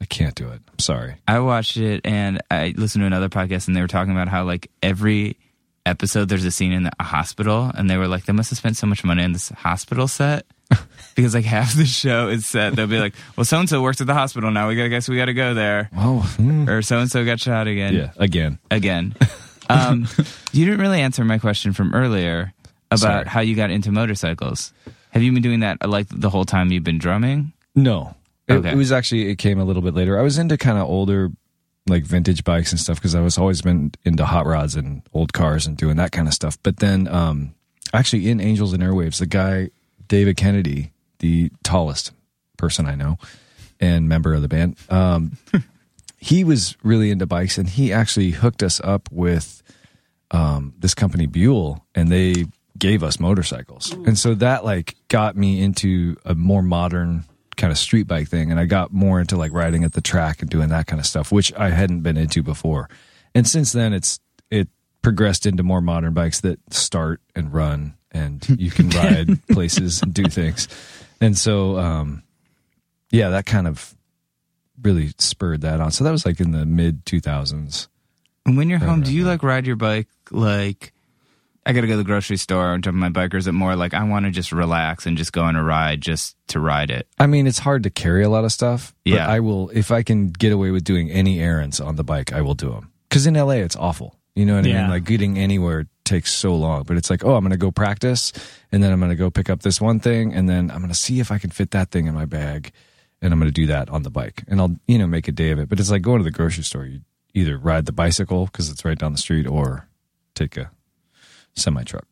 Speaker 3: I can't do it. I'm sorry.
Speaker 4: I watched it and I listened to another podcast and they were talking about how like every episode there's a scene in a hospital and they were like they must have spent so much money on this hospital
Speaker 3: [laughs]
Speaker 4: set because like half the show is set they'll be like well so and so works at the hospital now we gotta guess we gotta go there
Speaker 3: Oh, hmm.
Speaker 4: or so and so got shot again
Speaker 3: yeah. Again,
Speaker 4: again
Speaker 3: [laughs]
Speaker 4: um, you didn't really answer my question from earlier about
Speaker 3: Sorry.
Speaker 4: how you got into motorcycles have you been doing that like the whole time you've been drumming
Speaker 3: no. It,
Speaker 4: Okay.
Speaker 3: it was actually. It came a little bit later. I was into kind of older, like vintage bikes and stuff because I was always been into hot rods and old cars and doing that kind of stuff. But then, um, actually, in Angels and Airwaves, the guy David Kennedy, the tallest person I know and member of the band, um, [laughs] he was really into bikes and he actually hooked us up with um, this company Buell and they gave us motorcycles. And so that like got me into a more modern kind of street bike thing and I got more into like riding at the track and doing that kind of stuff which I hadn't been into before. And since then it's it progressed into more modern bikes that start and run and you can ride places and do things. And so um yeah, that kind of really spurred that on. So that was like in the mid 2000s.
Speaker 4: and when you're
Speaker 3: Right,
Speaker 4: home do
Speaker 3: right,
Speaker 4: you
Speaker 3: right.
Speaker 4: like ride your bike like i gotta go to the grocery store and jump on my bike or is it more like i want to just relax and just go on a ride just to ride it
Speaker 3: I mean, it's hard to carry a lot of stuff, but
Speaker 4: Yeah.
Speaker 3: I will if I can get away with doing any errands on the bike, I will do them. Cuz in LA it's awful. You know what I
Speaker 2: Yeah.
Speaker 3: mean? Like getting anywhere takes so long, but it's like, "Oh, I'm going to go practice and then I'm going to go pick up this one thing and then I'm going to see if I can fit that thing in my bag and I'm going to do that on the bike." And I'll, you know, make a day of it. But it's like going to the grocery store, you either ride the bicycle cuz it's right down the street or take a semi truck.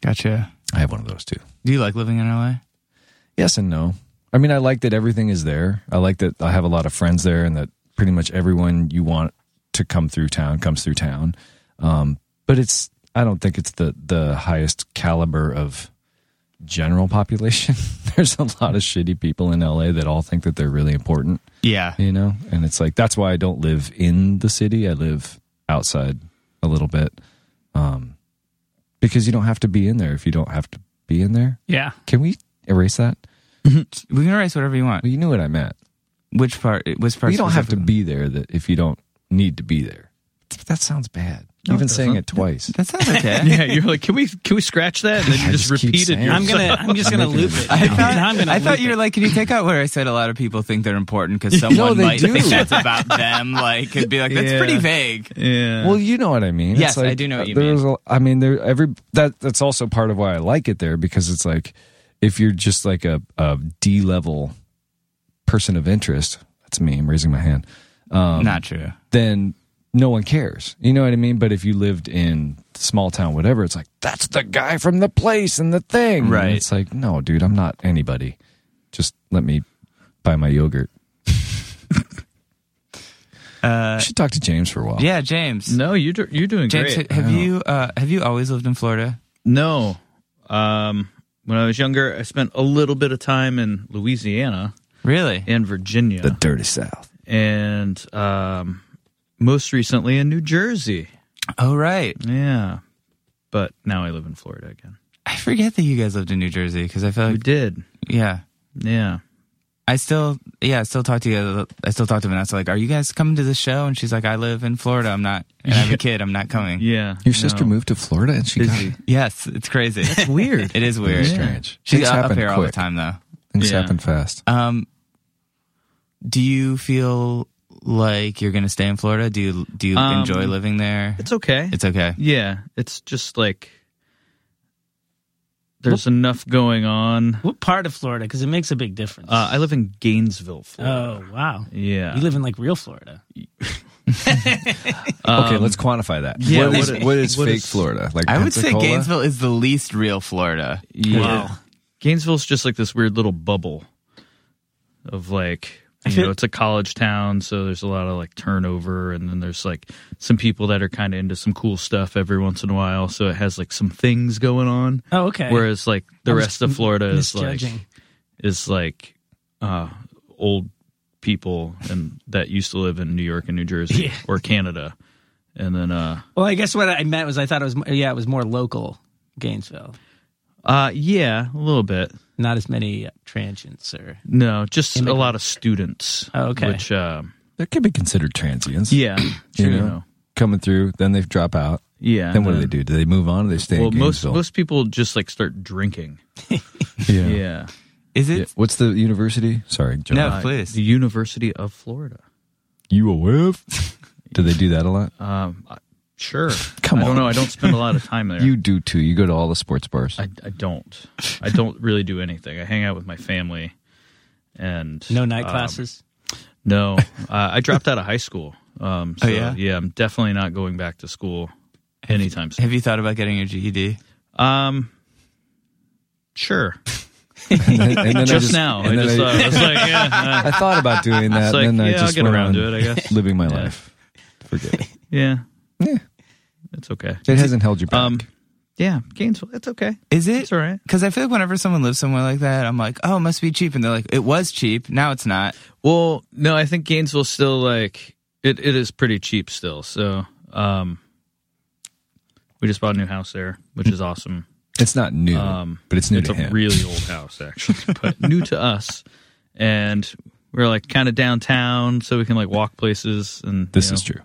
Speaker 4: gotcha
Speaker 3: I have one of those too.
Speaker 4: do you like living in la
Speaker 3: Yes and no. I mean, I like that everything is there. I like that I have a lot of friends there, and that pretty much everyone you want to come through town comes through town. Um, but it's I don't think it's the the highest caliber of general population. [laughs] There's a lot of shitty people in LA that all think that they're really important,
Speaker 4: yeah
Speaker 3: you know. And it's like that's why I don't live in the city. I live outside a little bit. Um, because you don't have to be in there if you don't have to be in there.
Speaker 2: Yeah.
Speaker 3: Can we erase that?
Speaker 4: We can erase whatever you want.
Speaker 3: Well, you knew what I meant.
Speaker 4: Which part? Which part?
Speaker 3: you don't have to be
Speaker 4: specifically?
Speaker 3: there that if you don't need to be there. That sounds bad.
Speaker 5: No,
Speaker 3: Even
Speaker 5: it
Speaker 3: saying
Speaker 5: doesn't.
Speaker 3: it twice.
Speaker 4: That sounds okay.
Speaker 3: [laughs]
Speaker 5: yeah, you're like, can we can we scratch that? And then you
Speaker 3: I
Speaker 5: just,
Speaker 3: just keep
Speaker 5: repeat it.
Speaker 3: saying it.
Speaker 2: [laughs] I'm
Speaker 4: [laughs]
Speaker 2: gonna. uh, I'm just gonna loop it.
Speaker 4: I thought,
Speaker 2: I'm gonna
Speaker 4: I thought
Speaker 2: loop
Speaker 4: you were
Speaker 2: it.
Speaker 4: like, can you take out where I said a lot of people think they're
Speaker 3: [laughs]
Speaker 4: important because someone
Speaker 3: they
Speaker 4: might
Speaker 3: do.
Speaker 4: think that's about them? Like, it'd be like, that's
Speaker 5: Yeah.
Speaker 4: pretty vague.
Speaker 5: Yeah.
Speaker 3: Well, you know what I mean. It's uh,
Speaker 4: Yes, I do know what you
Speaker 3: there's A, I mean, there every that that's also part of why I like it there because it's like if you're just like a, a D level person of interest, that's me. I'm raising my hand. Um,
Speaker 4: Not true.
Speaker 3: then no one cares. You know what I mean? But if you lived in small town, whatever, it's like that's the guy from the place and the thing. And
Speaker 4: Right.
Speaker 3: it's like no, dude, I'm not anybody. Just let me buy my yogurt.
Speaker 4: Uh,
Speaker 3: I should talk to James for a while.
Speaker 4: yeah, James.
Speaker 5: no, you're do- you're doing
Speaker 4: James,
Speaker 5: great.
Speaker 4: ha- have you uh, have you always lived in Florida?
Speaker 5: No, um, when I was younger, I spent a little bit of time in Louisiana
Speaker 4: Really?
Speaker 5: and Virginia,
Speaker 3: the dirty South.
Speaker 5: and um, most recently in New Jersey.
Speaker 4: Oh, right.
Speaker 5: Yeah, but now I live in Florida again.
Speaker 4: I forget that you guys lived in New Jersey because I feel
Speaker 5: We
Speaker 4: like
Speaker 5: did.
Speaker 4: yeah.
Speaker 5: Yeah.
Speaker 4: I still, yeah, I still talk to you. I still talk to Vanessa. Like, are you guys coming to the show? And she's like, I live in Florida. I'm not. And I have a kid. I'm not coming.
Speaker 5: Yeah.
Speaker 3: Your sister
Speaker 5: no.
Speaker 3: moved to Florida and she got
Speaker 5: Busy.
Speaker 4: Yes, it's crazy. It's
Speaker 5: weird.
Speaker 4: [laughs] it is weird.
Speaker 5: Yeah.
Speaker 3: strange.
Speaker 4: She's
Speaker 3: Things
Speaker 4: up
Speaker 3: happen
Speaker 4: here all the
Speaker 3: quick.
Speaker 4: time though.
Speaker 3: Things
Speaker 5: Yeah.
Speaker 3: happen fast.
Speaker 4: Um, do you feel like you're gonna stay in Florida? Do you do you
Speaker 5: Um,
Speaker 4: enjoy living there?
Speaker 5: It's okay.
Speaker 4: It's okay.
Speaker 5: Yeah, it's just like there's enough going on.
Speaker 2: What part of Florida? Because it makes a big difference.
Speaker 5: Uh, I live in Gainesville, Florida.
Speaker 2: oh wow.
Speaker 5: yeah.
Speaker 2: You live in like real Florida.
Speaker 3: okay, let's quantify that.
Speaker 5: yeah,
Speaker 3: what is,
Speaker 5: what-
Speaker 3: what is
Speaker 5: what
Speaker 3: fake
Speaker 5: is-
Speaker 3: Florida? Like
Speaker 4: I would say
Speaker 3: Pensacola?
Speaker 4: Gainesville is the least real Florida.
Speaker 5: yeah.
Speaker 2: Wow.
Speaker 5: Gainesville's just like this weird little bubble of like
Speaker 2: I
Speaker 5: you
Speaker 2: feel-
Speaker 5: know, it's a college town, so there's a lot of like turnover and then there's like some people that are kind of into some cool stuff every once in a while, so it has like some things going on.
Speaker 2: Oh okay.
Speaker 5: Whereas like the
Speaker 2: I was
Speaker 5: rest of Florida is like
Speaker 2: misjudging.
Speaker 5: is like uh, old people and that used to live in New York and New
Speaker 2: [laughs]
Speaker 5: Jersey
Speaker 2: Yeah.
Speaker 5: or Canada, and then uh,
Speaker 2: Well, I guess what I meant was I thought it was mo- yeah it was more local Gainesville,
Speaker 5: uh, yeah, a little bit.
Speaker 2: not as many transients or
Speaker 5: No, just a lot of students.
Speaker 2: Oh, okay. [clears throat]
Speaker 5: Which um,
Speaker 3: That could be considered transients.
Speaker 5: [clears throat] yeah,
Speaker 3: you
Speaker 5: true,
Speaker 3: know,
Speaker 5: no.
Speaker 3: coming through, then they drop out.
Speaker 5: yeah.
Speaker 3: then what do they do? Do they move on? Or they stay
Speaker 5: Uh-huh. Well,
Speaker 3: in
Speaker 5: most
Speaker 3: Gainesville?
Speaker 5: most people just like
Speaker 2: [laughs]
Speaker 5: start drinking.
Speaker 3: yeah.
Speaker 5: Yeah, Uh,
Speaker 4: Is
Speaker 3: Yeah.
Speaker 4: it?
Speaker 3: What's the university? Sorry, John.
Speaker 4: No, please.
Speaker 5: the University of Florida.
Speaker 3: U of F. [laughs] Do they do that a lot?
Speaker 5: Um, I- sure.
Speaker 3: [laughs] Come
Speaker 5: I
Speaker 3: on.
Speaker 5: don't know. I don't spend a lot of time there.
Speaker 3: [laughs] You do too. You go to all the sports bars.
Speaker 5: I, I don't. I don't really do anything. I hang out with my family, and
Speaker 2: no night
Speaker 5: um,
Speaker 2: classes.
Speaker 5: No, uh, I dropped out of high school. Um, so,
Speaker 4: Oh, yeah?
Speaker 5: I'm definitely not going back to school anytime soon.
Speaker 4: Have you thought about getting E your GED?
Speaker 5: Um, sure.
Speaker 3: [laughs] and then, and then I
Speaker 5: [laughs] Just, now, I
Speaker 3: and then
Speaker 5: just thought, [laughs] I was like,
Speaker 3: [laughs]
Speaker 5: yeah, uh,
Speaker 3: I thought about doing that,
Speaker 5: like,
Speaker 3: and then
Speaker 5: yeah,
Speaker 3: I
Speaker 5: I'll
Speaker 3: just
Speaker 5: get
Speaker 3: went
Speaker 5: around
Speaker 3: on
Speaker 5: to it, I guess.
Speaker 3: living my
Speaker 5: Yeah.
Speaker 3: life. Forget
Speaker 5: [laughs]
Speaker 3: it.
Speaker 5: uh, yeah,
Speaker 3: Yeah,
Speaker 5: it's okay.
Speaker 3: it hasn't held you back.
Speaker 5: Um, yeah, Gainesville, it's okay.
Speaker 4: Is it?
Speaker 5: It's all right.
Speaker 4: Because I feel like whenever someone lives somewhere like that, I'm like, oh, it must be cheap. And they're like, it was cheap. Now it's not.
Speaker 5: Well, no, I think Gainesville's still like it. It is pretty cheap still. So, um, we just bought a new house there, which is awesome.
Speaker 3: it's not new,
Speaker 5: Um,
Speaker 3: but it's new
Speaker 5: it's
Speaker 3: to
Speaker 5: a
Speaker 3: him.
Speaker 5: really old house actually, but new to us. And we're like kind of downtown, so we can like walk places. And
Speaker 3: [laughs] this
Speaker 5: you know,
Speaker 3: is true.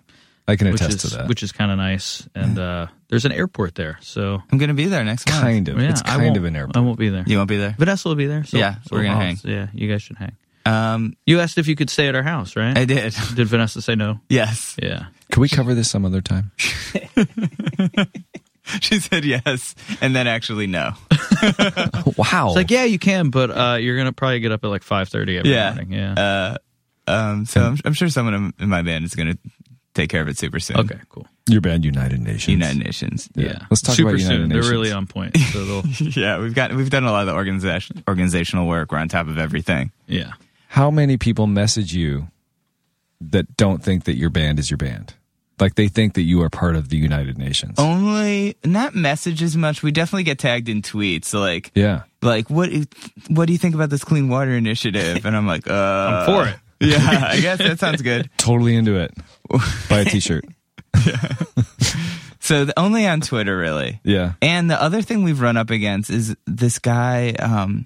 Speaker 3: I can
Speaker 5: which
Speaker 3: attest
Speaker 5: is
Speaker 3: to that.
Speaker 5: which is kind of nice. And uh, there's an airport there, so
Speaker 4: I'm going to be there next month.
Speaker 3: kind of.
Speaker 5: yeah,
Speaker 3: it's
Speaker 5: I
Speaker 3: kind
Speaker 5: won't-
Speaker 3: of an airport.
Speaker 5: I won't be there.
Speaker 4: You won't be there?
Speaker 5: Vanessa will be there. So,
Speaker 4: Yeah,
Speaker 5: so
Speaker 4: we're gonna
Speaker 5: I'll-
Speaker 4: hang.
Speaker 5: Yeah, you guys should hang.
Speaker 4: Um,
Speaker 5: You asked if you could stay at our house, right?
Speaker 4: I did. [laughs]
Speaker 5: Did Vanessa say no?
Speaker 4: yes.
Speaker 5: Yeah.
Speaker 3: Can we cover this some other time?
Speaker 4: She said yes. And then actually, no.
Speaker 3: [laughs] wow.
Speaker 5: It's like, yeah, you can, but uh, you're gonna probably get up at like five thirty every
Speaker 4: Yeah.
Speaker 5: morning. Yeah.
Speaker 4: Uh, um, so I'm, I'm sure someone in- in my band is going to take care of it super soon.
Speaker 5: okay. Cool.
Speaker 3: Your band, United Nations.
Speaker 4: United Nations.
Speaker 5: Yeah.
Speaker 3: Let's talk
Speaker 5: Super
Speaker 3: about United
Speaker 5: soon.
Speaker 3: Nations.
Speaker 5: They're really on point. So they'll.
Speaker 4: [laughs] yeah, we've got we've done a lot of the organization, organizational work. We're on top of everything.
Speaker 5: yeah.
Speaker 3: How many people message you that don't think that your band is your band? Like they think that you are part of the United Nations.
Speaker 4: Only not message as much. We definitely get tagged in tweets. So like
Speaker 3: Yeah.
Speaker 4: like what what do you think about this clean water initiative? And I'm like,
Speaker 2: [laughs]
Speaker 4: uh, I'm
Speaker 5: for it.
Speaker 4: [laughs] Yeah,
Speaker 5: [laughs]
Speaker 4: I guess that sounds good.
Speaker 3: Totally into it. Buy a t shirt.
Speaker 4: So the, only on Twitter, really.
Speaker 3: Yeah.
Speaker 4: And the other thing we've run up against is this guy. Um,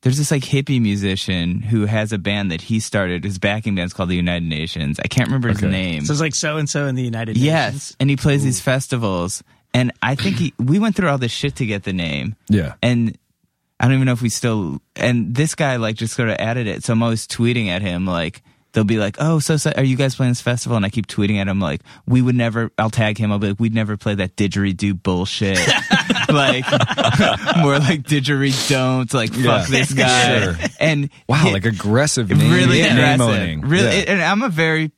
Speaker 4: there's this like hippie musician who has a band that he started. His backing band's called the United Nations. I can't remember his
Speaker 3: Okay.
Speaker 4: name.
Speaker 2: So it's like so and so in the United Nations.
Speaker 4: yes, and he plays these festivals. And I think he, we went through all this shit to get the name.
Speaker 3: Yeah.
Speaker 4: And I don't even know if we still. And this guy like just sort of added it. So I'm always tweeting at him like they'll be like, "Oh, so, so are you guys playing this festival?" And I keep tweeting at him like, "We would never." I'll tag him. I'll be like, "We'd never play that
Speaker 3: [laughs]
Speaker 4: didgeridoo bullshit." like [laughs] more like didgeridon't. Like
Speaker 3: Yeah.
Speaker 4: fuck this guy.
Speaker 3: Sure.
Speaker 4: And
Speaker 3: Wow,
Speaker 4: hi-
Speaker 3: like aggressive name,
Speaker 4: really
Speaker 3: name
Speaker 4: aggressive.
Speaker 3: owning.
Speaker 4: Really,
Speaker 3: Yeah.
Speaker 4: and I'm a very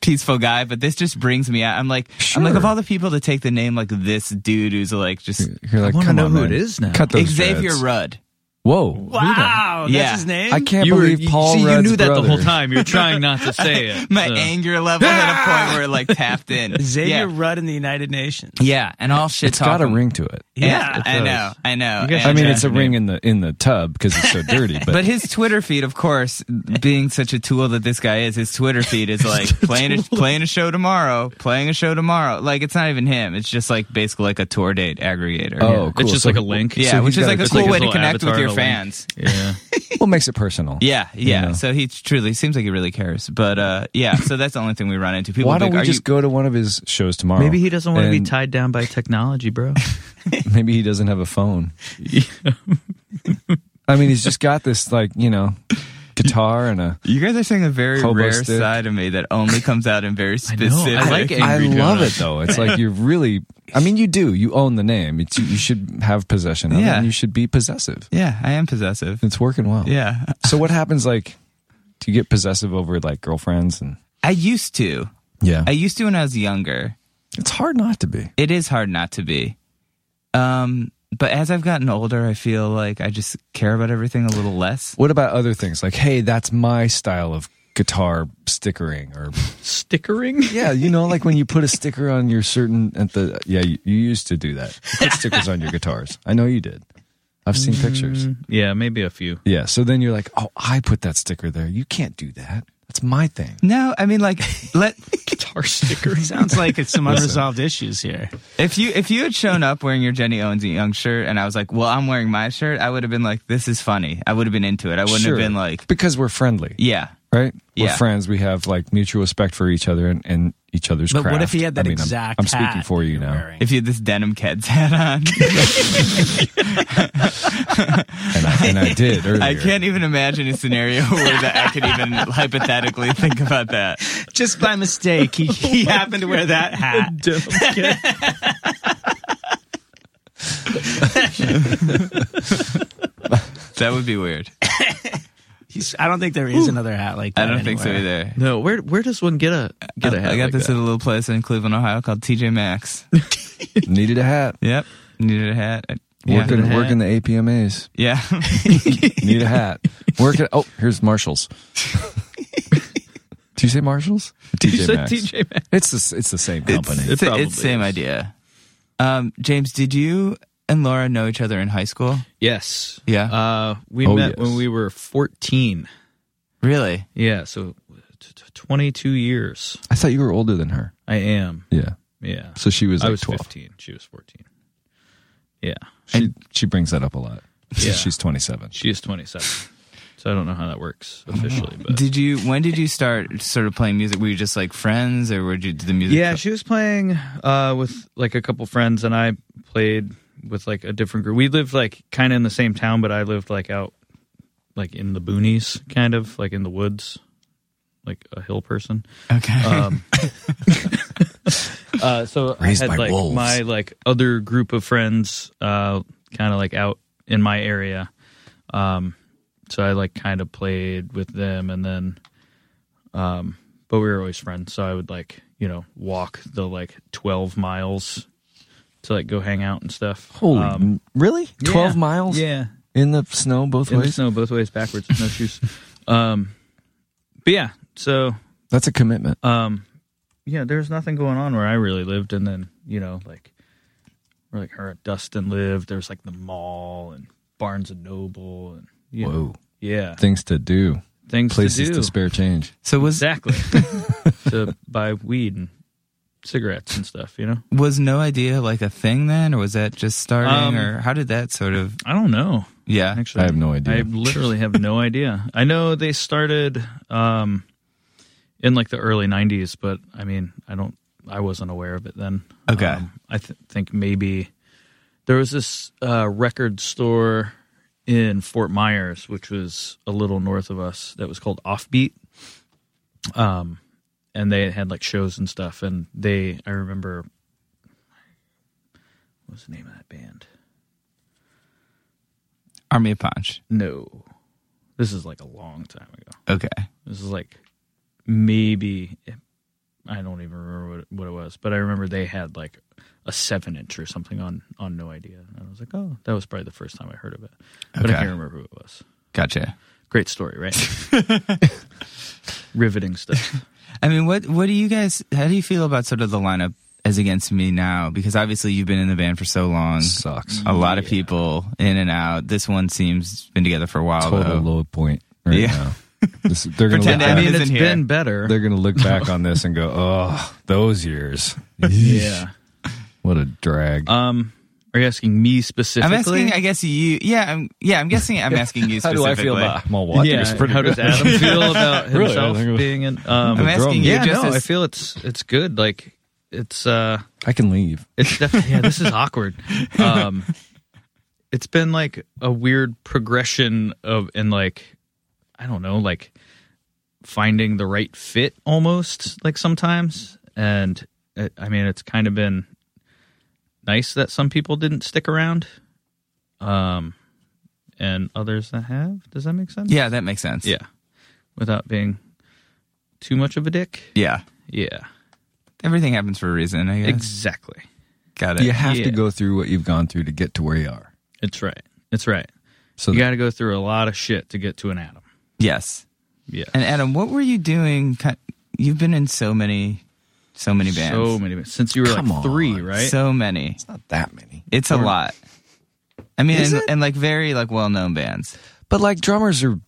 Speaker 4: peaceful guy, but this just brings me out. I'm like,
Speaker 3: Sure.
Speaker 4: I'm like of all the people to take the name like this dude who's like just
Speaker 3: You're like,
Speaker 5: I wanna
Speaker 3: come
Speaker 5: know
Speaker 3: on,
Speaker 5: who
Speaker 3: man.
Speaker 5: it is now.
Speaker 3: Cut those
Speaker 4: Xavier
Speaker 3: dreads.
Speaker 4: Rudd.
Speaker 3: Whoa.
Speaker 2: Wow, that's
Speaker 4: Yeah.
Speaker 2: his name.
Speaker 3: I can't
Speaker 5: you were-
Speaker 3: believe
Speaker 5: you-
Speaker 3: Paul
Speaker 5: see, you
Speaker 3: Rudd's
Speaker 5: knew that the whole
Speaker 3: brother.
Speaker 5: time. You're trying not to say it.
Speaker 4: My
Speaker 5: so.
Speaker 4: anger level hit a point where
Speaker 3: [laughs]
Speaker 4: it like tapped in.
Speaker 2: Xavier
Speaker 4: yeah.
Speaker 2: Rudd in the United [laughs] Nations.
Speaker 4: yeah, and all shit.
Speaker 3: It's got a ring to it.
Speaker 4: Yeah,
Speaker 2: Yeah,
Speaker 4: I
Speaker 5: does.
Speaker 4: know, I know.
Speaker 5: You guys
Speaker 4: And- uh,
Speaker 3: I mean,
Speaker 5: Yeah.
Speaker 3: it's a ring in the in the tub because it's
Speaker 5: [laughs]
Speaker 3: so dirty. But,
Speaker 4: But his Twitter feed, of course, being such a tool that this guy is, his Twitter
Speaker 3: [laughs]
Speaker 4: feed is like playing a, playing a show tomorrow, playing a show tomorrow. Like it's not even him. It's just like basically like a tour date aggregator.
Speaker 3: oh, cool.
Speaker 5: It's just
Speaker 3: So
Speaker 5: like a
Speaker 3: who-
Speaker 5: link.
Speaker 4: yeah,
Speaker 3: so
Speaker 4: which
Speaker 3: he's
Speaker 4: is
Speaker 3: got
Speaker 4: like
Speaker 3: a
Speaker 4: a
Speaker 3: It's
Speaker 4: cool
Speaker 3: like
Speaker 4: way
Speaker 5: his
Speaker 4: to
Speaker 5: little
Speaker 4: connect with
Speaker 5: avatar to
Speaker 4: your
Speaker 5: link.
Speaker 4: fans.
Speaker 5: Yeah.
Speaker 3: Well, makes it personal.
Speaker 4: Yeah, yeah.
Speaker 3: know.
Speaker 4: So he truly seems like he really cares. But uh, yeah, so that's the only thing we run into. People
Speaker 3: Why
Speaker 4: think,
Speaker 3: don't we
Speaker 4: are
Speaker 3: just
Speaker 4: you-
Speaker 3: go to one of his shows tomorrow?
Speaker 5: Maybe he doesn't want to be
Speaker 3: And
Speaker 5: tied down by technology, bro.
Speaker 3: [laughs] Maybe he doesn't have a phone. I mean, he's just got this like you know guitar and a.
Speaker 4: You guys are seeing a very
Speaker 3: Hobo
Speaker 4: rare
Speaker 3: stick.
Speaker 4: side of me that only comes out in very
Speaker 5: I know.
Speaker 4: specific.
Speaker 5: I like
Speaker 3: I
Speaker 5: Angry
Speaker 3: love
Speaker 5: Donut.
Speaker 3: it though. It's like you're really. I mean, you do. You own the name. It's you should have possession of it.
Speaker 4: Yeah.
Speaker 3: and You should be possessive.
Speaker 4: Yeah, I am possessive.
Speaker 3: It's working well.
Speaker 4: Yeah,
Speaker 3: So what happens? Like, do you get possessive over like girlfriends and?
Speaker 4: I used to.
Speaker 3: Yeah.
Speaker 4: I used to when I was younger.
Speaker 3: it's hard not to be.
Speaker 4: It is hard not to be. Um, but as I've gotten older, I feel like I just care about everything a little less.
Speaker 3: What about other things? Like, hey, that's my style of guitar stickering or
Speaker 5: Stickering?
Speaker 3: [laughs] yeah you know like when you put a sticker on your certain at the yeah you, you used to do that you put stickers on your guitars i know you did i've seen pictures
Speaker 2: Mm.
Speaker 5: Yeah, maybe a few.
Speaker 3: yeah so then you're like oh i put that sticker there you can't do that that's my thing
Speaker 4: No, I mean like let
Speaker 5: Guitar stickers.
Speaker 2: Sounds like [laughs] it's some unresolved issues here.
Speaker 4: if you if you had shown up wearing your Jenny Owens and Young shirt and I was like, "Well, I'm wearing my shirt," I would have been like, "This is funny." I would have been into it. I wouldn't
Speaker 3: Sure.
Speaker 4: have been like,
Speaker 3: because we're friendly
Speaker 4: "Yeah."
Speaker 3: right we're
Speaker 4: Yeah.
Speaker 3: friends we have like mutual respect for each other and, and each other's
Speaker 2: But what
Speaker 3: craft.
Speaker 2: if he had that
Speaker 3: I mean, I'm-
Speaker 2: exact
Speaker 3: i'm,
Speaker 2: hat
Speaker 3: speaking for
Speaker 2: that
Speaker 3: you
Speaker 2: you're
Speaker 3: now
Speaker 2: wearing?
Speaker 4: If you had this denim Keds hat on,
Speaker 3: and
Speaker 4: [laughs]
Speaker 3: I, and I did earlier
Speaker 4: [laughs] I can't even imagine a scenario [laughs] where that I could even hypothetically think about that.
Speaker 2: Just by mistake,
Speaker 4: [laughs]
Speaker 2: he, he happened to wear that hat.
Speaker 4: That would be weird.
Speaker 2: He's, I don't think there is another hat like
Speaker 4: I
Speaker 2: that.
Speaker 4: don't think so
Speaker 2: anywhere.
Speaker 4: either.
Speaker 5: No, where where does one get a get a hat?
Speaker 4: I got
Speaker 5: like
Speaker 4: this
Speaker 5: that?
Speaker 4: at a little place in Cleveland, Ohio called TJ Maxx.
Speaker 3: needed a hat
Speaker 4: Yep. Needed a hat. I- Yeah.
Speaker 3: working working the apmas
Speaker 4: [laughs] Yeah.
Speaker 3: Need a hat. Work it. Oh, here's Marshalls. Do you say Marshalls? TJ
Speaker 5: You said
Speaker 3: Maxx.
Speaker 5: TJ Maxx.
Speaker 3: It's the s- it's the same
Speaker 4: it's,
Speaker 3: company.
Speaker 4: it's,
Speaker 5: It probably
Speaker 4: it's same
Speaker 5: is.
Speaker 4: idea. Um, James, did you and Laura know each other in high school?
Speaker 5: Yes.
Speaker 4: Yeah.
Speaker 5: Uh, we
Speaker 3: Oh,
Speaker 5: met
Speaker 3: yes.
Speaker 5: when we were 14.
Speaker 4: Really?
Speaker 5: Yeah, so t- t- 22 years.
Speaker 3: I thought you were older than her.
Speaker 5: I am.
Speaker 3: Yeah.
Speaker 5: Yeah.
Speaker 3: So she was
Speaker 5: I
Speaker 3: like
Speaker 5: was
Speaker 3: 12.
Speaker 5: 15. She was 14. Yeah.
Speaker 3: She, she brings that up a lot.
Speaker 5: Yeah.
Speaker 3: She's 27.
Speaker 5: She is 27. so I don't know how that works officially, but
Speaker 4: Did you? When did you start sort of playing music? Were you just like friends, or were you did the music?
Speaker 5: Yeah, she was playing uh, with like a couple friends, and I played with like a different group. We lived like kind of in the same town, but I lived like out, like in the boonies, kind of like in the woods, like a hill person.
Speaker 4: Okay. [laughs]
Speaker 5: Um, uh, so
Speaker 3: Raised
Speaker 5: I had
Speaker 3: by
Speaker 5: like
Speaker 3: wolves.
Speaker 5: my like other group of friends, uh, kind of like out in my area. Um, so I like kind of played with them, and then, um, but we were always friends. So I would like you know walk the like twelve miles to like go hang out and stuff.
Speaker 3: Holy.
Speaker 5: Um,
Speaker 3: m- really? 12
Speaker 5: yeah.
Speaker 3: miles?
Speaker 5: Yeah,
Speaker 3: In the snow both
Speaker 5: in the
Speaker 3: ways?
Speaker 5: snow both ways, backwards, no shoes. [laughs] Um, but yeah, so
Speaker 3: That's a commitment.
Speaker 5: um yeah there's nothing going on where i really lived and then you know like where like her and dustin lived there's like the mall and barnes and noble and you know,
Speaker 3: Whoa.
Speaker 5: yeah
Speaker 3: Things to do.
Speaker 5: things
Speaker 3: Places to,
Speaker 5: to
Speaker 3: [laughs]
Speaker 5: do
Speaker 3: spare change.
Speaker 4: so was
Speaker 5: exactly to buy weed and cigarettes and stuff, you know?
Speaker 4: Was no idea like a thing then, or was that just starting,
Speaker 5: Um,
Speaker 4: or how did that sort of?
Speaker 5: I don't know.
Speaker 4: Yeah,
Speaker 5: Actually,
Speaker 3: I have no idea.
Speaker 5: I literally have no [laughs] idea. I know they started um, in like the early '90s, but I mean, I don't. I wasn't aware of it then.
Speaker 4: Okay.
Speaker 5: Um, I th- think maybe there was this uh, record store in Fort Myers, which was a little north of us, that was called Offbeat. Um, and they had like shows and stuff, and they. I remember. What was the name of that band?
Speaker 4: Army of Punch.
Speaker 5: No. This is like a long time ago.
Speaker 4: Okay,
Speaker 5: This is like maybe I don't even remember what, what it was, but I remember they had like a seven inch or something on on No Idea, and I was like, oh, that was probably the first time I heard of it, but I
Speaker 4: Okay.
Speaker 5: can't remember who it was.
Speaker 4: gotcha.
Speaker 5: Great story, right? Riveting stuff.
Speaker 4: I mean, what what do you guys? How do you feel about sort of the lineup as against me now? Because obviously you've been in the band for so long.
Speaker 3: Sucks.
Speaker 4: A lot of people in and out. This one seems been together for a while.
Speaker 3: Total
Speaker 4: though.
Speaker 3: low point right
Speaker 4: Yeah.
Speaker 3: now. This, they're gonna look
Speaker 4: Pretend
Speaker 5: I
Speaker 3: back,
Speaker 4: Adam
Speaker 5: mean,
Speaker 4: is
Speaker 5: it's
Speaker 4: in here.
Speaker 5: been better.
Speaker 3: they're gonna look back on this and go, oh, those years.
Speaker 5: yeah.
Speaker 3: What a drag.
Speaker 5: Um, are you asking me specifically?
Speaker 4: I'm asking. I guess you. Yeah. I'm. Yeah. I'm guessing. I'm asking you.
Speaker 3: [laughs] How
Speaker 4: Specifically.
Speaker 3: do I feel about my watch?
Speaker 5: yeah, how does Adam feel about
Speaker 3: Really, I
Speaker 5: himself
Speaker 3: think it was-
Speaker 5: being in? Um,
Speaker 4: I'm asking you
Speaker 5: yeah,
Speaker 4: just
Speaker 5: no,
Speaker 4: as-
Speaker 5: I feel it's it's good. Like it's uh,
Speaker 3: I can leave.
Speaker 5: It's definitely [laughs] yeah. This is awkward. Um, it's been like a weird progression of and like I don't know, like finding the right fit almost like sometimes. And it, I mean, it's kind of been nice that some people didn't stick around, um, and others that have. Does that make sense?
Speaker 4: Yeah. That makes sense.
Speaker 5: yeah, without being too much of a dick.
Speaker 4: Yeah.
Speaker 5: Yeah,
Speaker 4: Everything happens for a reason. I guess.
Speaker 5: exactly.
Speaker 4: Got it.
Speaker 3: You have
Speaker 5: Yeah.
Speaker 3: to go through what you've gone through to get to where you are.
Speaker 5: It's right. It's right.
Speaker 3: So
Speaker 5: you
Speaker 3: that-
Speaker 5: got to go through a lot of shit to get to an atom.
Speaker 4: Yes.
Speaker 5: Yeah.
Speaker 4: And Adam, what were you doing? ki- You've been in so many, so many bands.
Speaker 5: So many bands. Since you were
Speaker 3: Come
Speaker 5: like three,
Speaker 3: on.
Speaker 5: right?
Speaker 4: So many.
Speaker 3: not that many.
Speaker 4: It's a lot. I mean,
Speaker 3: Is
Speaker 4: and,
Speaker 3: it?
Speaker 4: and like very like well-known bands.
Speaker 3: But like drummers are,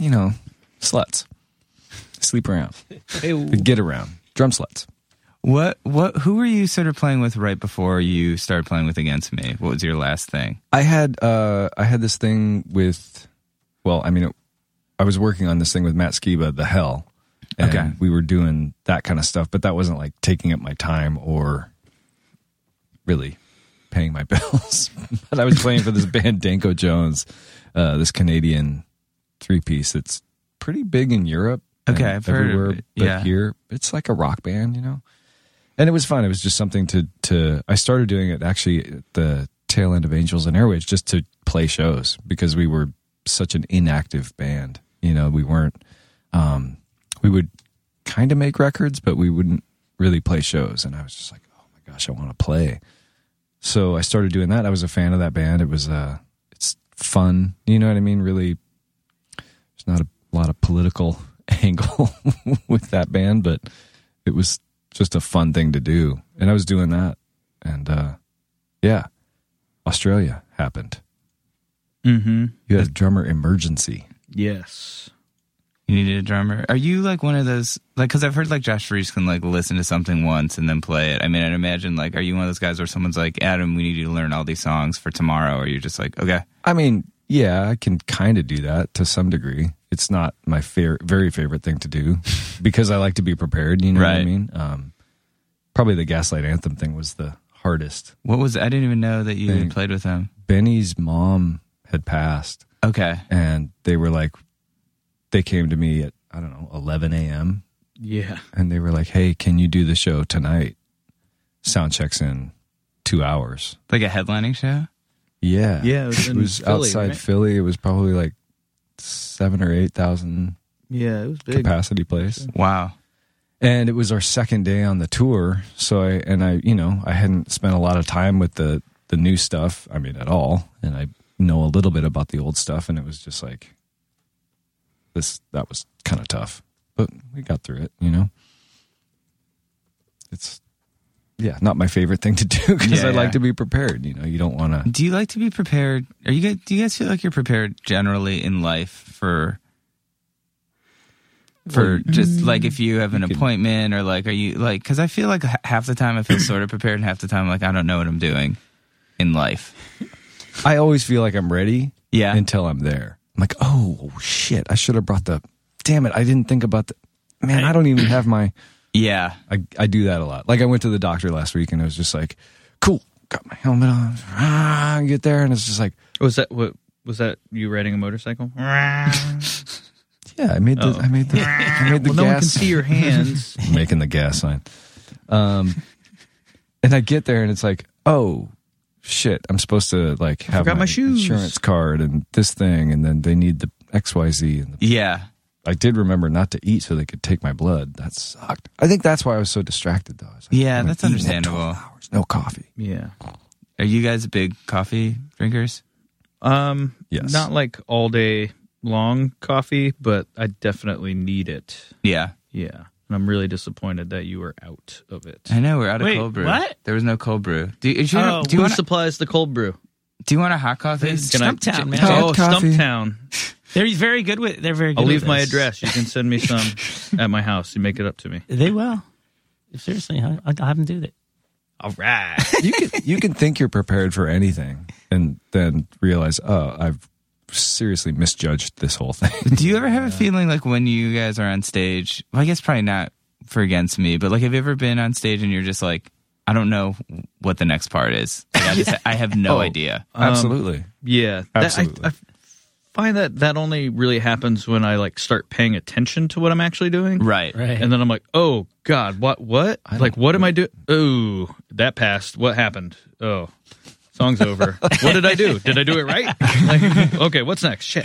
Speaker 3: you know, sluts. Sleep around. Get around. Drum sluts.
Speaker 4: What what who were you sort of playing with right before you started playing with Against Me? What was your last thing?
Speaker 3: I had uh I had this thing with well, I mean it, I was working on this thing with Matt Skiba, the hell. And
Speaker 4: Okay.
Speaker 3: we were doing that kind of stuff, but that wasn't like taking up my time or really paying my [laughs] bills. but I was playing for this band Danko Jones, uh, this Canadian three piece that's pretty big in Europe. and
Speaker 4: Okay, I've heard of
Speaker 3: everywhere
Speaker 4: it.
Speaker 3: but
Speaker 4: Yeah.
Speaker 3: here. It's like a rock band, you know? and it was fun. It was just something to to. I started doing it actually at the tail end of Angels and Airwaves just to play shows because we were such an inactive band. You know, we weren't. Um, we would kind of make records, but we wouldn't really play shows. And I was just like, oh my gosh, I want to play. So I started doing that. I was a fan of that band. It was uh, it's fun. You know what I mean? Really, there's not a lot of political [laughs] angle with that band, but it was just a fun thing to do. And I was doing that. And uh, yeah, Australia happened.
Speaker 5: Mm-hmm.
Speaker 3: You had a drummer emergency.
Speaker 5: Yes.
Speaker 4: You needed a drummer. Are you like one of those like cuz I've heard like Josh Reeves can like listen to something once and then play it. I mean, I'd imagine like are you one of those guys where someone's like, "Adam, we need you to learn all these songs for tomorrow." Or you're just like, "Okay."
Speaker 3: I mean, yeah, I can kind of do that to some degree. It's not my fair, very favorite thing to
Speaker 5: [laughs]
Speaker 3: do because I like to be prepared. You know what I
Speaker 4: Right.
Speaker 3: mean? Um, probably the Gaslight Anthem thing was the hardest.
Speaker 4: What was I didn't even know that you had
Speaker 3: Thank-
Speaker 4: played with him.
Speaker 3: Benny's mom had passed,
Speaker 4: Okay.
Speaker 3: and they were like, they came to me at, I don't know, 11 a.m.
Speaker 5: Yeah.
Speaker 3: and they were like, "Hey, can you do the show tonight? Sound checks in two hours."
Speaker 4: Like a headlining show?
Speaker 3: Yeah,
Speaker 5: Yeah,
Speaker 3: [laughs]
Speaker 5: it
Speaker 3: It
Speaker 5: was
Speaker 3: was,
Speaker 5: in Philly,
Speaker 3: outside
Speaker 5: right?
Speaker 3: Philly. It was probably like seven or eight thousand
Speaker 5: Yeah, it was big.
Speaker 3: capacity place,
Speaker 4: Wow.
Speaker 3: and it was our second day on the tour. So I and I, you know, I hadn't spent a lot of time with the the new stuff. I mean, at all, and I know a little bit about the old stuff, and it was just like this. That was kind of tough, but we got through it. You know, it's yeah, not my favorite thing to do [laughs] because
Speaker 4: Yeah,
Speaker 3: I
Speaker 4: yeah.
Speaker 3: like to be prepared. You know, you don't want to.
Speaker 4: Do you like to be prepared? Are you guys, do you guys feel like you're prepared generally in life for for just
Speaker 2: mm,
Speaker 4: like if you have an appointment or like are you like because I feel like h- half the time I feel sort of prepared and half the time like I don't know what I'm doing in life.
Speaker 3: I always feel like I'm ready
Speaker 4: Yeah.
Speaker 3: until I'm there. I'm like, oh shit, I should have brought the. Damn it, I didn't think about the. Man, I don't even have my.
Speaker 4: Yeah,
Speaker 3: I, I do that a lot. Like I went to the doctor last week and I was just like, cool, got my helmet on, ah, get there, and it's just like,
Speaker 5: Was that what? Was that you riding a motorcycle?
Speaker 3: yeah, I made the,
Speaker 5: Oh.
Speaker 3: I made
Speaker 5: [laughs]
Speaker 3: the, I made the
Speaker 5: well,
Speaker 3: gas.
Speaker 5: no one can see your hands.
Speaker 3: [laughs] making the gas sign. Um, and I get there and it's like, oh shit, I'm supposed to like have
Speaker 5: forgot my shoes.
Speaker 3: insurance card and this thing, and then they need the X Y Z. And the,
Speaker 4: yeah,
Speaker 3: I did remember not to eat so they could take my blood. That sucked. I think that's why I was so distracted though. I was like,
Speaker 4: Yeah,
Speaker 3: I'm gonna
Speaker 4: that's
Speaker 3: eat in that 12
Speaker 4: understandable.
Speaker 3: hours, no coffee.
Speaker 5: [laughs] yeah.
Speaker 4: are you guys big coffee drinkers?
Speaker 5: Um.
Speaker 3: Yes.
Speaker 5: Not like all day long coffee, but I definitely need it.
Speaker 4: Yeah,
Speaker 5: Yeah. And I'm really disappointed that you were out of it.
Speaker 4: I know we're out of
Speaker 2: Wait,
Speaker 4: cold brew.
Speaker 2: what?
Speaker 4: There was no cold brew. Do you, do you,
Speaker 2: Oh,
Speaker 5: Uh,
Speaker 4: do you
Speaker 5: Who
Speaker 4: want a,
Speaker 5: supplies the cold brew?
Speaker 4: do you want a hot coffee?
Speaker 2: Can I- Stumptown, man.
Speaker 5: Oh,
Speaker 3: Hot coffee.
Speaker 5: Stumptown.
Speaker 2: They're very good with. They're very. good
Speaker 5: I'll leave
Speaker 2: with
Speaker 5: my
Speaker 2: this.
Speaker 5: address. You can send me some at my house. You make it up to me.
Speaker 2: They will. Seriously, I, I'll have them do that.
Speaker 5: All right.
Speaker 3: you can you can think you're prepared for anything and then realize, oh, I've seriously misjudged this whole thing. [laughs]
Speaker 4: [laughs] Do you ever have a feeling like when you guys are on stage? Well, I guess probably not for against me, but like, have you ever been on stage and you're just like, I don't know what the next part is. Like, I, just, I have no idea.
Speaker 3: Absolutely.
Speaker 5: [laughs] Yeah.
Speaker 3: Absolutely.
Speaker 5: That, I, I find that that only really happens when I like start paying attention to what I'm actually doing.
Speaker 4: Right.
Speaker 2: Right.
Speaker 5: And then I'm like, oh God, what? What? Like, what am I doing? Oh, that passed. What happened? Oh, song's over. what did I do? Did I do it right? Like, okay, what's next? Shit.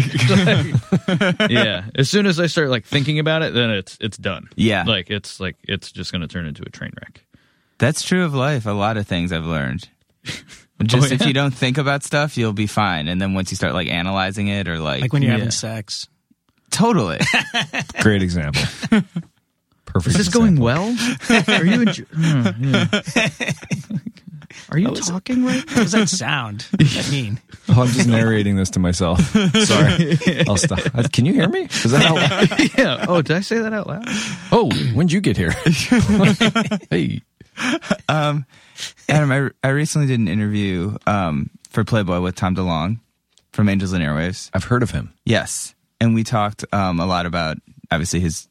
Speaker 5: [laughs] Like, yeah. As soon as I start like thinking about it, then it's it's done.
Speaker 4: Yeah.
Speaker 5: Like it's like it's just gonna turn into a train wreck.
Speaker 4: That's true of life. A lot of things I've learned. Just if you don't think about stuff, you'll be fine. And then once you start like analyzing it or like,
Speaker 2: Like when you're
Speaker 5: Yeah.
Speaker 2: having sex.
Speaker 4: [laughs] totally.
Speaker 3: Great example. Perfect.
Speaker 5: Is this
Speaker 3: example.
Speaker 5: going well? Are you [laughs] enjo- Hmm, yeah. Are you talking right?
Speaker 2: What does that sound? What does that mean?
Speaker 3: Oh, I'm just narrating this to myself. Sorry. I'll stop. Uh, Can you hear me? Is that how?
Speaker 5: yeah. Oh, did I say that out loud?
Speaker 3: Oh, when'd you get here? hey.
Speaker 4: Adam, I, I recently did an interview um, for Playboy with Tom DeLong from Angels and Airwaves.
Speaker 3: I've heard of him.
Speaker 4: Yes, and we talked um, a lot about obviously his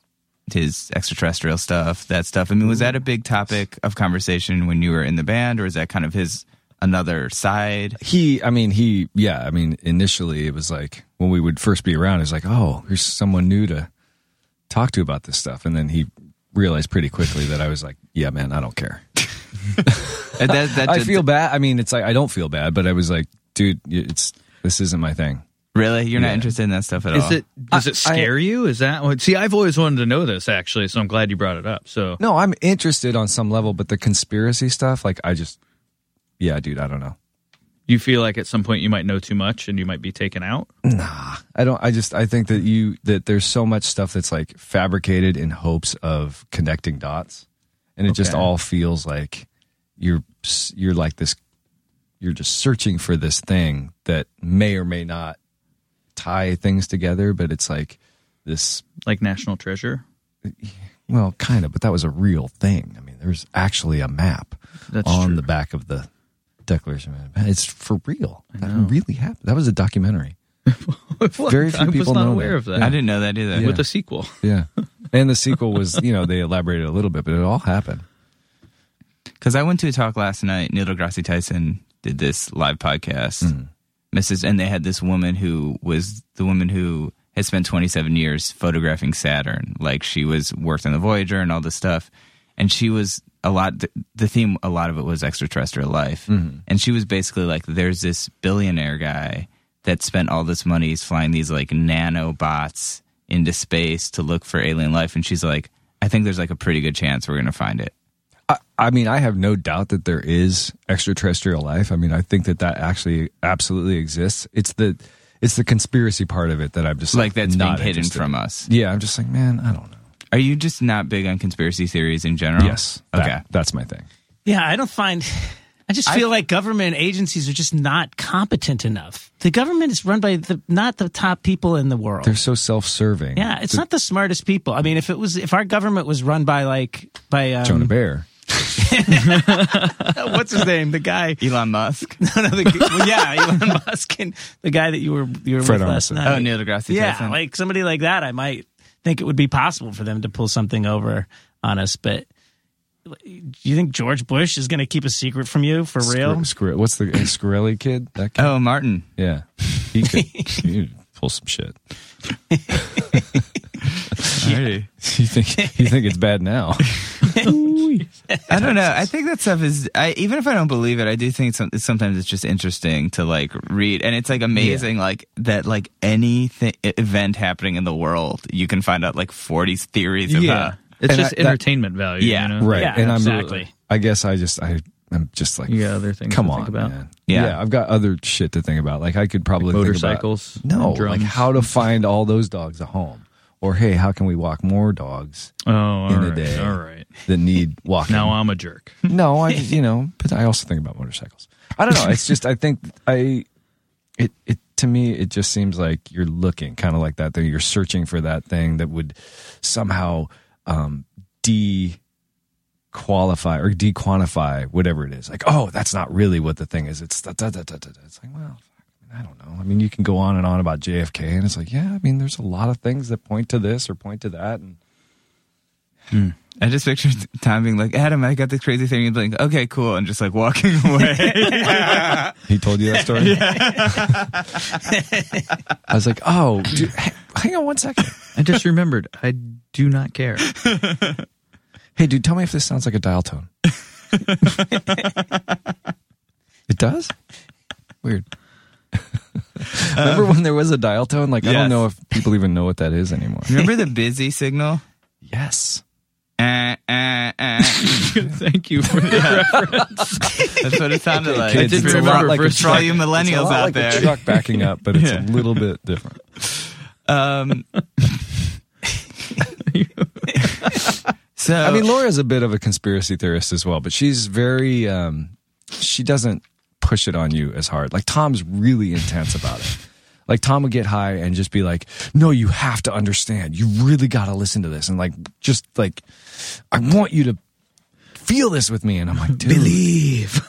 Speaker 4: his extraterrestrial stuff, that stuff. I mean, was that a big topic of conversation when you were in the band, or is that kind of his another side?
Speaker 3: He, I mean, he, yeah, I mean, initially it was like when we would first be around, it was like, oh, here's someone new to talk to about this stuff. And then he realized pretty quickly that I was like, yeah, man, I don't care.
Speaker 4: Uh, That,
Speaker 3: [laughs]
Speaker 4: that
Speaker 3: I
Speaker 4: did-
Speaker 3: feel bad. I mean, it's like, I don't feel bad, but I was like, dude, it's, this isn't my thing.
Speaker 4: really you're not interested in that stuff at all.
Speaker 5: Is it Uh, does it
Speaker 3: I-
Speaker 5: scare you? Is that what? See, I've always wanted to know this actually, so I'm glad you brought it up. So
Speaker 3: No, I'm interested on some level, but the conspiracy stuff, like, I just, yeah, dude, I don't know.
Speaker 5: you feel like at some point you might know too much and you might be taken out.
Speaker 3: I don't. I just. I think that you that there's so much stuff that's like fabricated in hopes of connecting dots, and it just
Speaker 5: Okay.
Speaker 3: all feels like you're s- you're like this. You're just searching for this thing that may or may not tie things together, but it's like this.
Speaker 5: Like National Treasure. [laughs]
Speaker 3: Well, kind of, but that was a real thing. I mean, there's actually a map
Speaker 5: That's
Speaker 3: on
Speaker 5: true.
Speaker 3: the back of the Declaration of Independence. It's for real. That really happened. That was a documentary. Very few
Speaker 5: I was
Speaker 3: people
Speaker 5: not
Speaker 3: know
Speaker 5: aware
Speaker 3: that.
Speaker 5: of that.
Speaker 4: I didn't know that either.
Speaker 5: With the sequel,
Speaker 3: Yeah. And the sequel was, you know, they elaborated a little bit, but it all happened.
Speaker 4: Because I went to a talk last night. Neil deGrasse Tyson did this live podcast, Mrs. And they had this woman who was the woman who had spent 27 years photographing Saturn. Like she was worked on the Voyager and all this stuff, and she was a lot. The, the theme, a lot of it was extraterrestrial life, and she was basically like, "There's this billionaire guy that spent all this money he's flying these like nanobots into space to look for alien life," and she's like, "I think there's like a pretty good chance we're gonna find it."
Speaker 3: I, I mean, I have no doubt that there is extraterrestrial life. I mean, I think that that actually absolutely exists. It's the it's the conspiracy part of it that I'm just
Speaker 4: like
Speaker 3: like,
Speaker 4: that's being
Speaker 3: not
Speaker 4: hidden
Speaker 3: interested
Speaker 4: from
Speaker 3: in.
Speaker 4: us.
Speaker 3: Yeah, I'm just like, man, I don't know.
Speaker 4: Are you just not big on conspiracy theories in general?
Speaker 3: Yes,
Speaker 4: Oh, Okay.
Speaker 3: that- that's my thing.
Speaker 2: Yeah, I don't find I just feel like government agencies are just not competent enough. The government is run by the not the top people in the world.
Speaker 3: They're so self-serving.
Speaker 2: yeah, it's not the smartest people. I mean, if it was, if our government was run by like by um,
Speaker 3: Jonah Bear.
Speaker 2: [laughs] what's his name, the guy,
Speaker 4: Elon Musk.
Speaker 2: [laughs] no, no, the, well, yeah, [laughs] Elon Musk and the guy that you were you were
Speaker 3: Fred
Speaker 2: with last
Speaker 3: Armisen.
Speaker 2: night.
Speaker 4: Oh, Neil deGrasse
Speaker 2: yeah,
Speaker 4: Tyson.
Speaker 2: like somebody like that, I might think it would be possible for them to pull something over on us. But do you think George Bush is going to keep a secret from you for real?
Speaker 3: Scri- Scri- what's the Scarelli kid? That
Speaker 4: [laughs]
Speaker 3: kid?
Speaker 4: oh,
Speaker 2: [laughs]
Speaker 4: Martin.
Speaker 3: Yeah. He could, he could pull some shit. [laughs]
Speaker 4: Alrighty.
Speaker 3: You think you think it's bad now?
Speaker 4: I don't know. I think that stuff is. I even if I don't believe it, I do think some, sometimes it's just interesting to like read, and it's like amazing, like that, like anything e-, event happening in the world, you can find out like forty theories about.
Speaker 5: Yeah. Uh, It's
Speaker 3: And
Speaker 5: just
Speaker 3: I- that-
Speaker 5: entertainment value.
Speaker 4: Yeah,
Speaker 5: You know?
Speaker 3: Right.
Speaker 2: Yeah,
Speaker 3: and I'm
Speaker 2: exactly.
Speaker 3: I guess I just I I'm just like
Speaker 5: You got other things
Speaker 3: Come
Speaker 5: to
Speaker 3: on,
Speaker 5: think about.
Speaker 3: man.
Speaker 4: Yeah.
Speaker 3: Yeah. I've got other shit to think about. Like I could probably think about-
Speaker 5: Motorcycles.
Speaker 3: no,
Speaker 5: and drums.
Speaker 3: like how to find all those dogs a home, or hey, how can we walk more dogs
Speaker 5: Oh, all
Speaker 3: in a
Speaker 5: right,
Speaker 3: day.
Speaker 5: All right.
Speaker 3: that need walking?
Speaker 5: Now I'm a jerk.
Speaker 3: No, I you know, but I also think about motorcycles. I don't know. It's just I think I it it to me it just seems like you're looking kind of like that thing. You're searching for that thing that would somehow um de qualify or de-quantify whatever it is like oh that's not really what the thing is it's da, da, da, da, da. da. it's like well fuck, i don't know i mean you can go on and on about jfk and it's like yeah i mean there's a lot of things that point to this or point to that and
Speaker 4: I just pictured [laughs] Tom being like, Adam, I got this crazy thing. You'd be like, okay, cool. And just like walking [laughs]
Speaker 2: [laughs]
Speaker 4: away.
Speaker 3: He told you that
Speaker 4: [laughs]
Speaker 3: story? [laughs] I was like, oh, dude, h- hang on one second.
Speaker 5: I just remembered. I do not [laughs] care.
Speaker 3: Hey, dude, tell me if this sounds like a dial
Speaker 4: [laughs]
Speaker 3: tone. it does?
Speaker 4: [laughs]
Speaker 3: Weird. Remember when there was a dial tone? Like, I
Speaker 4: Yes.
Speaker 3: don't know if people even know what that is anymore.
Speaker 4: Remember the busy signal?
Speaker 3: Yes.
Speaker 4: Eh, eh,
Speaker 5: [laughs]
Speaker 4: eh.
Speaker 5: Thank you for that.
Speaker 4: That's what it sounded like.
Speaker 3: kids,
Speaker 5: did
Speaker 3: it's a lot
Speaker 5: remember
Speaker 3: like a
Speaker 5: first
Speaker 4: for all
Speaker 3: truck.
Speaker 4: you
Speaker 3: It's a
Speaker 4: millennials
Speaker 3: lot
Speaker 4: out
Speaker 3: like a
Speaker 4: there.
Speaker 3: truck backing up, but it's
Speaker 4: [laughs] Yeah.
Speaker 3: a little bit different.
Speaker 4: Um, Um,
Speaker 3: [laughs]
Speaker 4: [laughs] so
Speaker 3: I mean, Laura's a bit of a conspiracy theorist as well, but she's very, um, she doesn't push it on you as hard. Like, Tom's really intense about it. Like, Tom would get high and just be like, no, you have to understand. You really got to listen to this. And, like, just like, I want you to feel this with me. And I'm like, dude, [laughs] believe.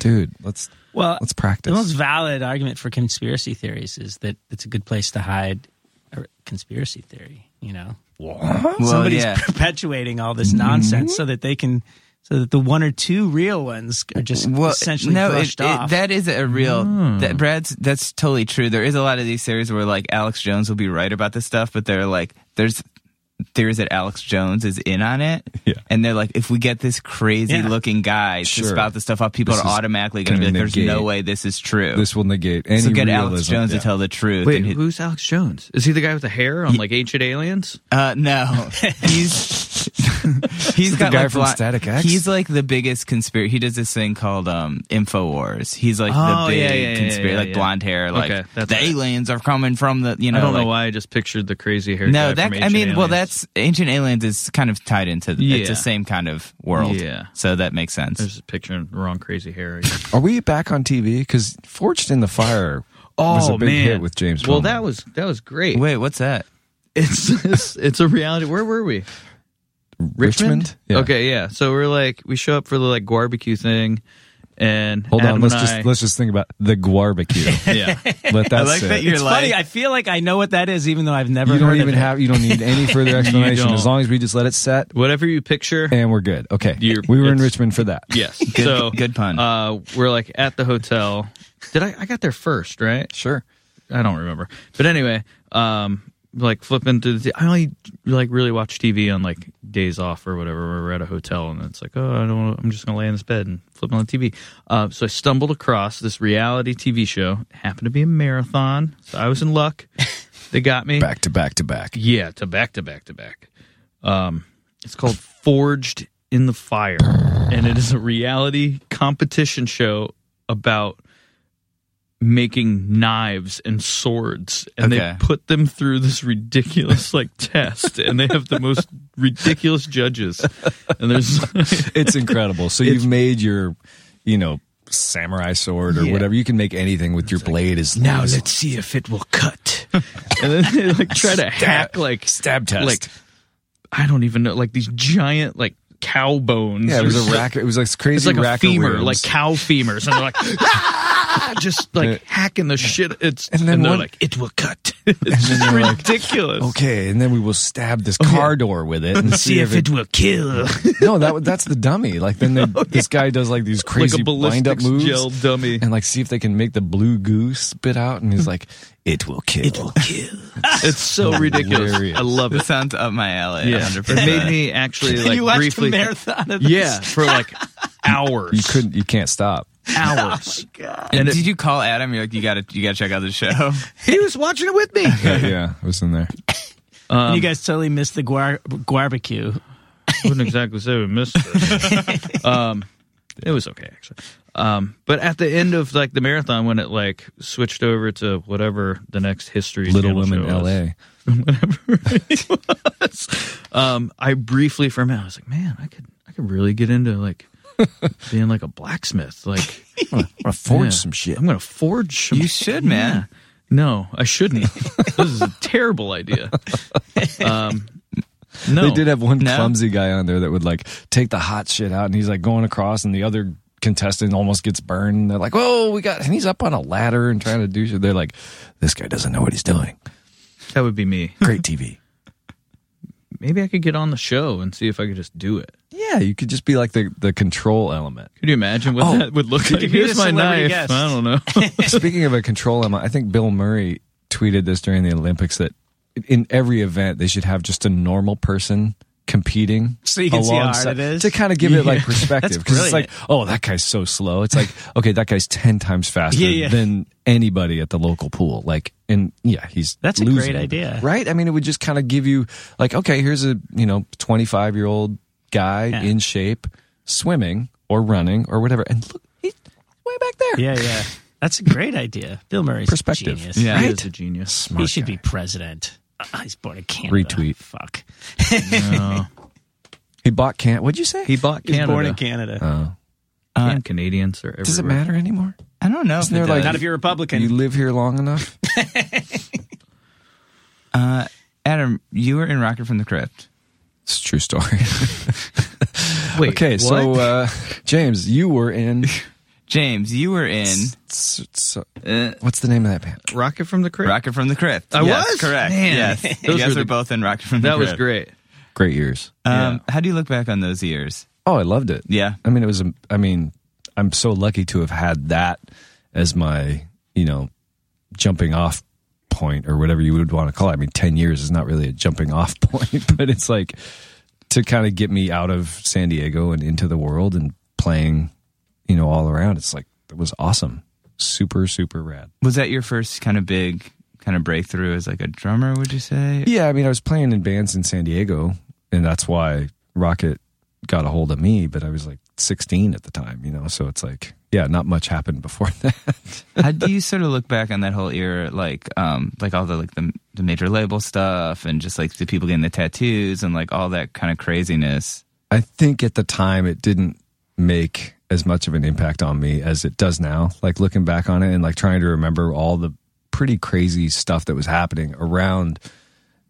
Speaker 3: dude, let's,
Speaker 2: Well,
Speaker 3: let's
Speaker 2: the most
Speaker 3: practice.
Speaker 2: valid argument for conspiracy theories is that it's a good place to hide a conspiracy theory. You know,
Speaker 4: well,
Speaker 2: somebody's
Speaker 4: yeah.
Speaker 2: perpetuating all this
Speaker 3: Mm-hmm.
Speaker 2: nonsense so that they can, so that the one or two real ones are just
Speaker 4: well,
Speaker 2: essentially
Speaker 4: no, it-
Speaker 2: brushed
Speaker 4: it-
Speaker 2: off.
Speaker 4: that is a real.
Speaker 3: Hmm.
Speaker 4: That Brad's. That's totally true. There is a lot of these series where like Alex Jones will be right about this stuff, but they're like, there's theories that Alex Jones is in on it.
Speaker 3: Yeah.
Speaker 4: And they're like, if we get this crazy
Speaker 2: Yeah.
Speaker 4: looking guy to
Speaker 3: Sure.
Speaker 4: spout this stuff off, people
Speaker 3: This
Speaker 4: are
Speaker 3: is
Speaker 4: automatically going to be
Speaker 3: gonna
Speaker 4: like, there's no
Speaker 3: negate-
Speaker 4: way this is true.
Speaker 3: This will negate any
Speaker 4: so get
Speaker 3: realism.
Speaker 4: Alex Jones
Speaker 3: Yeah.
Speaker 4: to tell the truth.
Speaker 5: Wait,
Speaker 4: and he-
Speaker 5: who's Alex Jones? Is he the guy with the hair on like Ancient Aliens?
Speaker 4: Uh,
Speaker 5: [laughs]
Speaker 4: no, he's he's
Speaker 3: the
Speaker 4: got
Speaker 3: guy
Speaker 4: like
Speaker 3: from
Speaker 4: blo-
Speaker 3: Static X?
Speaker 4: He's like the biggest conspiracy. He does this thing called um, Infowars. He's like
Speaker 5: Oh,
Speaker 4: the big
Speaker 5: yeah, yeah, yeah,
Speaker 4: conspiracy,
Speaker 5: yeah,
Speaker 4: like
Speaker 5: yeah.
Speaker 4: blonde hair, like
Speaker 5: Okay,
Speaker 4: the
Speaker 5: that's right.
Speaker 4: aliens are coming from the. You know,
Speaker 5: I don't
Speaker 4: like-
Speaker 5: know why I just pictured the crazy hair.
Speaker 4: No,
Speaker 5: guy
Speaker 4: that
Speaker 5: from
Speaker 4: I
Speaker 5: Ancient
Speaker 4: mean, well,
Speaker 5: Aliens.
Speaker 4: that's Ancient Aliens is kind of tied into the, it's
Speaker 5: Yeah.
Speaker 4: the same kind of world.
Speaker 5: Yeah.
Speaker 4: so that makes sense.
Speaker 5: I was just picturing the wrong
Speaker 3: [laughs]
Speaker 5: crazy hair.
Speaker 3: Are we back on TV? Because Forged in the Fire
Speaker 4: Oh,
Speaker 3: was a big hit with James
Speaker 5: Oh, Well,
Speaker 3: Bowman.
Speaker 5: that was that was great.
Speaker 4: Wait, what's that?
Speaker 5: It's, it's it's a reality. Where were we?
Speaker 3: Yeah.
Speaker 5: Okay, yeah. So we're like we show up for the like barbecue thing, and
Speaker 3: Hold
Speaker 5: Adam
Speaker 3: on, let's
Speaker 5: and I-
Speaker 3: just let's just think about the
Speaker 5: [laughs]
Speaker 3: barbecue.
Speaker 5: yeah.
Speaker 3: Let that
Speaker 4: I like
Speaker 3: sit.
Speaker 4: that you're
Speaker 2: it's
Speaker 4: like
Speaker 2: funny. I feel like I know what that is, even though I've never.
Speaker 3: you don't
Speaker 2: heard of
Speaker 3: even
Speaker 2: it.
Speaker 3: have you don't need
Speaker 5: [laughs]
Speaker 3: any further explanation
Speaker 5: don't.
Speaker 3: as long as we just let it set
Speaker 5: Whatever you picture.
Speaker 3: and we're good. Okay,
Speaker 5: You're-
Speaker 3: we were in
Speaker 5: it's-
Speaker 3: Richmond for that.
Speaker 5: Yes.
Speaker 4: Good-
Speaker 5: so
Speaker 4: good pun.
Speaker 5: Uh, we're like at the hotel. Did I? I got there first, right?
Speaker 3: sure.
Speaker 5: I don't remember. But anyway, um, like flipping through the, I only like really watch TV on like days off or whatever. Where we're at a hotel and it's like, oh, I don't. Wanna, I'm just gonna lay in this bed and flip on the TV. Uh, so I stumbled across this reality TV show. It happened to be a marathon, so I was in luck. They got me.
Speaker 3: Back to back to back.
Speaker 5: Yeah, to back to back to back. Um, it's called Forged in the Fire, and it is a reality competition show about making knives and swords and
Speaker 4: Okay.
Speaker 5: they put them through this ridiculous like [laughs] test and they have the most ridiculous judges and there's [laughs]
Speaker 3: It's incredible. So you've made your, you know, samurai sword or
Speaker 5: Yeah.
Speaker 3: whatever. You can make anything with your blade. Is
Speaker 5: Now let's see if it will cut. and then they like try to hack like
Speaker 3: stab test.
Speaker 5: like I don't even know like these giant like cow bones.
Speaker 3: yeah, it
Speaker 5: or
Speaker 3: was a
Speaker 5: something.
Speaker 3: rack. It was like crazy.
Speaker 5: It's like a
Speaker 3: rack
Speaker 5: femur,
Speaker 3: of
Speaker 5: like
Speaker 3: ribs.
Speaker 5: cow femurs, and they're like [laughs] "Ah!" just like hacking the shit. It's and
Speaker 3: And
Speaker 5: then
Speaker 3: then
Speaker 5: they're
Speaker 3: one-
Speaker 5: like it will cut. [laughs] it's
Speaker 3: then they're like,
Speaker 5: ridiculous.
Speaker 3: okay, and then we will stab this car door with it and
Speaker 5: [laughs] See if it will
Speaker 3: [laughs]
Speaker 5: kill.
Speaker 3: no, that that's the dummy. Like
Speaker 5: [laughs]
Speaker 3: then they, this guy does like these crazy
Speaker 5: Oh, like a
Speaker 3: wind up
Speaker 5: ballistics
Speaker 3: moves
Speaker 5: gel dummy.
Speaker 3: and like see if they can make the blue goose spit out. And he's like, "It will kill." It will
Speaker 5: kill. It's so ridiculous.
Speaker 3: Hilarious.
Speaker 5: I love
Speaker 4: This
Speaker 5: it.
Speaker 4: sounds up my alley.
Speaker 5: Yeah,
Speaker 4: 100%.
Speaker 5: it made me actually like
Speaker 2: you watched
Speaker 5: briefly.
Speaker 2: a marathon of this.
Speaker 5: yeah, for like hours.
Speaker 3: You couldn't. You can't stop.
Speaker 5: [laughs] hours.
Speaker 4: And did you call Adam? You're like, you gotta, you gotta check out
Speaker 5: [laughs]
Speaker 4: the show.
Speaker 5: he was watching it with [laughs] me.
Speaker 3: Yeah, yeah, I was in there.
Speaker 2: And you guys totally missed the guar- barbecue.
Speaker 5: wouldn't exactly say we missed it. um, it was okay actually. Um, but at the end of like the marathon, when it like switched over to whatever the next history
Speaker 3: Little
Speaker 5: Channel
Speaker 3: Women,
Speaker 5: show was,
Speaker 3: L.A.
Speaker 5: [laughs] um, I briefly for a minute I was like, man, I could I could really get
Speaker 3: [laughs]
Speaker 5: into like being like a blacksmith. Like
Speaker 3: I forged
Speaker 5: yeah,
Speaker 3: some shit.
Speaker 5: I'm gonna forge. Some
Speaker 4: You should, man.
Speaker 5: Yeah. No, I
Speaker 3: [laughs]
Speaker 5: shouldn't. this is a terrible idea. Um, no,
Speaker 3: They did have one
Speaker 4: No.
Speaker 3: clumsy guy on there that would like take the hot shit out, and he's like going across, and the other contestant almost gets burned. And they're like, "Oh, we got," and he's up on a ladder and trying to do shit. They're like, "This guy doesn't know what he's doing."
Speaker 5: that would be me.
Speaker 3: Great TV.
Speaker 5: Maybe I could get on the show and see if I could just do it.
Speaker 3: yeah, you could just be like the the control
Speaker 2: [laughs]
Speaker 3: element.
Speaker 5: Could you imagine what
Speaker 3: Oh,
Speaker 5: that would
Speaker 3: [laughs]
Speaker 5: look like?
Speaker 2: you be
Speaker 5: Here's
Speaker 2: the
Speaker 5: my
Speaker 2: celebrity
Speaker 5: knife.
Speaker 2: guest?
Speaker 5: I don't [laughs] know.
Speaker 3: Speaking of a control element, I think Bill Murray tweeted this during the Olympics that in every event they should have just a normal person competing
Speaker 2: So you can see how hard
Speaker 3: alongside-
Speaker 2: it is?
Speaker 3: to kind of give it like perspective
Speaker 2: [laughs] That's
Speaker 3: because it's like
Speaker 2: brilliant.
Speaker 3: oh that guy's so slow it's like okay that guy's 10 times faster
Speaker 2: Yeah, yeah.
Speaker 3: than anybody at the local pool like and yeah he's
Speaker 2: That's a great
Speaker 3: losing.
Speaker 2: idea.
Speaker 3: right i mean it would just kind of give you like okay here's a you know 25 year old guy
Speaker 2: Yeah.
Speaker 3: in shape swimming or running or whatever and look he's way back there
Speaker 2: Yeah, yeah. That's a great idea. Bill Murray's
Speaker 3: Perspective.
Speaker 2: genius.
Speaker 4: Yeah.
Speaker 5: He is a genius.
Speaker 3: Smart
Speaker 2: he should
Speaker 3: guy.
Speaker 2: be president. Ah, he's born in Canada.
Speaker 3: Retweet.
Speaker 2: Fuck.
Speaker 3: He bought can. What'd you say?
Speaker 5: He bought
Speaker 2: He's
Speaker 5: Canada.
Speaker 2: born in Canada.
Speaker 5: And Canadians are everywhere.
Speaker 3: uh, Does it matter anymore?
Speaker 4: I don't know. If
Speaker 3: Isn't there
Speaker 4: it
Speaker 3: like-
Speaker 4: does.
Speaker 2: Not if you're Republican.
Speaker 3: You live here long enough. [laughs]
Speaker 4: Adam, you were in Rocket from the Crypt.
Speaker 3: It's a true story.
Speaker 5: Wait,
Speaker 3: okay, so
Speaker 5: what?
Speaker 3: uh, James, you were in.
Speaker 4: James, you were in
Speaker 3: s- s-
Speaker 4: uh,
Speaker 3: what's the name of that band?
Speaker 5: Rocket from the Crypt.
Speaker 4: Rocket from the Crypt.
Speaker 5: I
Speaker 4: Yes,
Speaker 5: was?
Speaker 4: correct.
Speaker 5: Man. [laughs]
Speaker 4: Yes,
Speaker 5: Those
Speaker 4: you guys
Speaker 5: were
Speaker 4: were,
Speaker 5: the-
Speaker 4: both in Rocket from the
Speaker 5: That
Speaker 4: Crypt.
Speaker 5: was great.
Speaker 3: Great years.
Speaker 4: Um, How do you look back on those years?
Speaker 3: Oh, I loved it.
Speaker 4: Yeah.
Speaker 3: I mean, it was. a- I mean, I'm so lucky to have had that as my, you know, jumping off point or whatever you would want to call it. I mean, ten years is not really a jumping off [laughs] point, but it's like to kind of get me out of San Diego and into the world and playing, you know, all around. It's like it was awesome, super, super rad.
Speaker 4: Was that your first kind of big kind of breakthrough as like a drummer? Would you say?
Speaker 5: [laughs]
Speaker 3: Yeah, I mean, I was playing in bands in San Diego, and that's why Rocket got a hold of me. But I was like 16 at the time, you know. So it's like, yeah, not much happened before [laughs] that.
Speaker 4: How do you sort of look back on that whole era, like, um, like all the like the, the major label stuff, and just like the people getting the tattoos, and like all that kind of craziness?
Speaker 3: I think at the time it didn't make as much of an impact on me as it does now. Like looking back on it and like trying to remember all the pretty crazy stuff that was happening around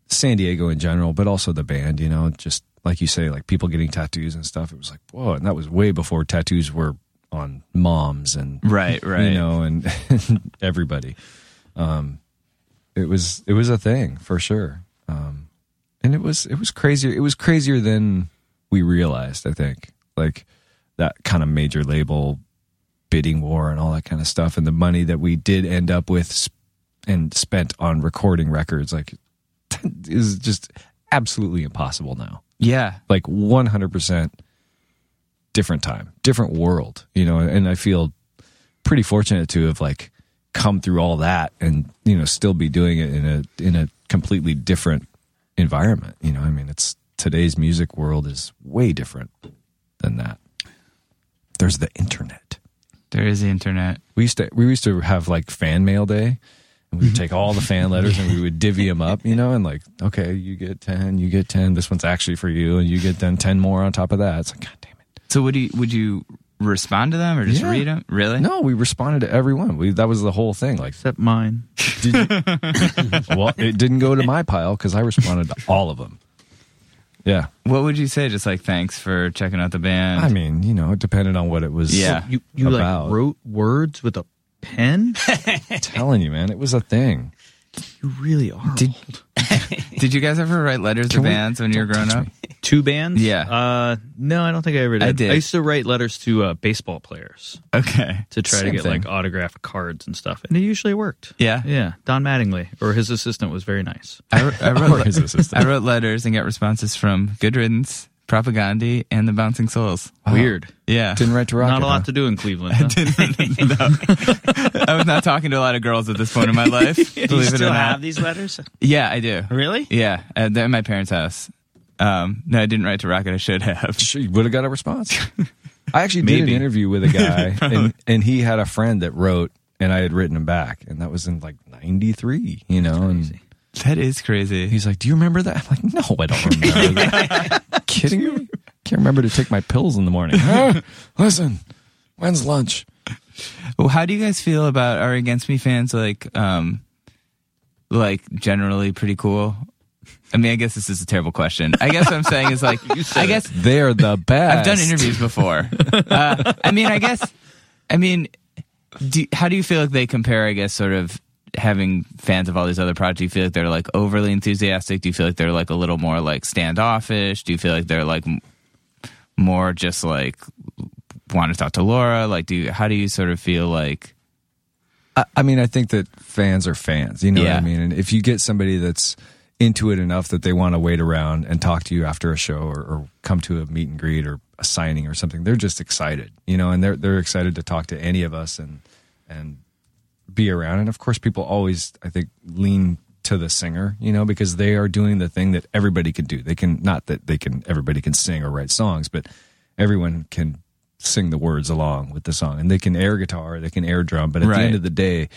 Speaker 3: San Diego in general, but also the band, you know, just like you say, like people getting tattoos and stuff. It was like, whoa. And that was way before tattoos were on moms and
Speaker 4: Right, right.
Speaker 3: you know, and [laughs] everybody. Um, it was it was a thing for sure, um, and it was it was crazier. It was crazier than we realized. I think like that kind of major label bidding war and all that kind of stuff, and the money that we did end up with sp- and spent on recording records, like [laughs] is just absolutely impossible now
Speaker 4: yeah,
Speaker 3: like 100% different time, different world, you know, and I feel pretty fortunate to have like come through all that and you know still be doing it in a in a completely different environment, you know. I mean, it's today's music world is way different than that. There's the internet.
Speaker 4: there is the internet.
Speaker 3: We used to we used to have like fan mail day. And
Speaker 4: Mm-hmm.
Speaker 3: we would take all the fan letters and we would divvy them up, you know, and like, okay, you get ten, you get ten. This one's actually for you, and you get then ten more on top of that. It's like, god damn it.
Speaker 4: So would you would you respond to them or just
Speaker 3: Yeah.
Speaker 4: read them? Really?
Speaker 3: No, we responded to everyone. We that was the whole thing. Like,
Speaker 5: Except mine.
Speaker 3: did you, well, it didn't go to my pile because I responded to all of them. Yeah,
Speaker 4: What would you say? Just like thanks for checking out the band.
Speaker 3: I mean, you know, it depended on what it was.
Speaker 4: Yeah.
Speaker 5: You you
Speaker 3: About.
Speaker 5: like wrote words with a [laughs] pen?
Speaker 3: I'm telling you, man, it was a thing.
Speaker 5: you really are. old.
Speaker 4: [laughs] did you guys ever write letters to
Speaker 3: Can we-
Speaker 4: bands when you were growing up?
Speaker 5: two bands?
Speaker 4: Yeah.
Speaker 5: Uh no, I don't think I ever did.
Speaker 4: I did.
Speaker 5: used to write letters to uh, baseball players
Speaker 4: Okay.
Speaker 5: to try
Speaker 3: Same
Speaker 5: to get
Speaker 3: thing.
Speaker 5: like autograph cards and stuff. And it usually worked.
Speaker 4: Yeah.
Speaker 5: Yeah. Don Mattingly or his assistant was very nice.
Speaker 4: I, wr- I
Speaker 3: Or
Speaker 4: wrote
Speaker 3: his
Speaker 4: le-
Speaker 3: assistant.
Speaker 4: I wrote letters and got responses from Good Riddance, Propaganda, and the Bouncing Souls.
Speaker 5: Weird.
Speaker 4: Yeah.
Speaker 3: Didn't write
Speaker 4: [laughs]
Speaker 3: to rocket.
Speaker 5: Not a lot
Speaker 3: huh?
Speaker 5: to do
Speaker 3: [laughs]
Speaker 5: in Cleveland. huh?
Speaker 4: I was not talking to a lot of girls at this point in my life.
Speaker 2: Do you
Speaker 4: believe it
Speaker 2: still
Speaker 4: or
Speaker 2: have
Speaker 4: not.
Speaker 2: these
Speaker 3: [laughs]
Speaker 2: letters?
Speaker 4: Yeah, I do.
Speaker 2: Really?
Speaker 4: Yeah, uh, they're in my parents' house. Um, no, I didn't write to Rocket. I should have.
Speaker 3: She would have got a [laughs] response. I actually did
Speaker 4: Maybe.
Speaker 3: an interview with a [laughs] guy, and, and he had a friend that wrote, and I had written him back, and that was in like '93, you know. And
Speaker 4: That is crazy.
Speaker 3: he's like, "Do you remember that?" I'm like, "No, I don't remember." [laughs] that. Kidding me? Can't remember to take my pills in the morning. [laughs] Huh? Listen, when's lunch?
Speaker 4: Well, how do you guys feel about our Against Me fans? Like, um, like generally pretty cool. I mean, I guess this is a terrible question. I guess what I'm saying is like, I guess
Speaker 3: They're [laughs] the best.
Speaker 4: I've done interviews before. uh, I mean, I guess, I mean, do, how do you feel like they compare? I guess sort of having fans of all these other projects. Do you feel like they're like overly enthusiastic? Do you feel like they're like a little more like standoffish? Do you feel like they're like m- more just like want to talk to Laura? Like, do you, how do you sort of feel like?
Speaker 3: I, I mean, I think that fans are fans. You know what
Speaker 4: Yeah.
Speaker 3: I mean? And if you get somebody that's into it enough that they want to wait around and talk to you after a show or, or come to a meet and greet or a signing or something, they're just excited, you know, and they're they're excited to talk to any of us and and be around. And of course, people always, I think, lean to the singer, you know, because they are doing the thing that everybody can do. They can not that they can everybody can sing or write songs, but everyone can sing the words along with the song, and they can air guitar, they can air drum. But at
Speaker 4: Right.
Speaker 3: the end of the day,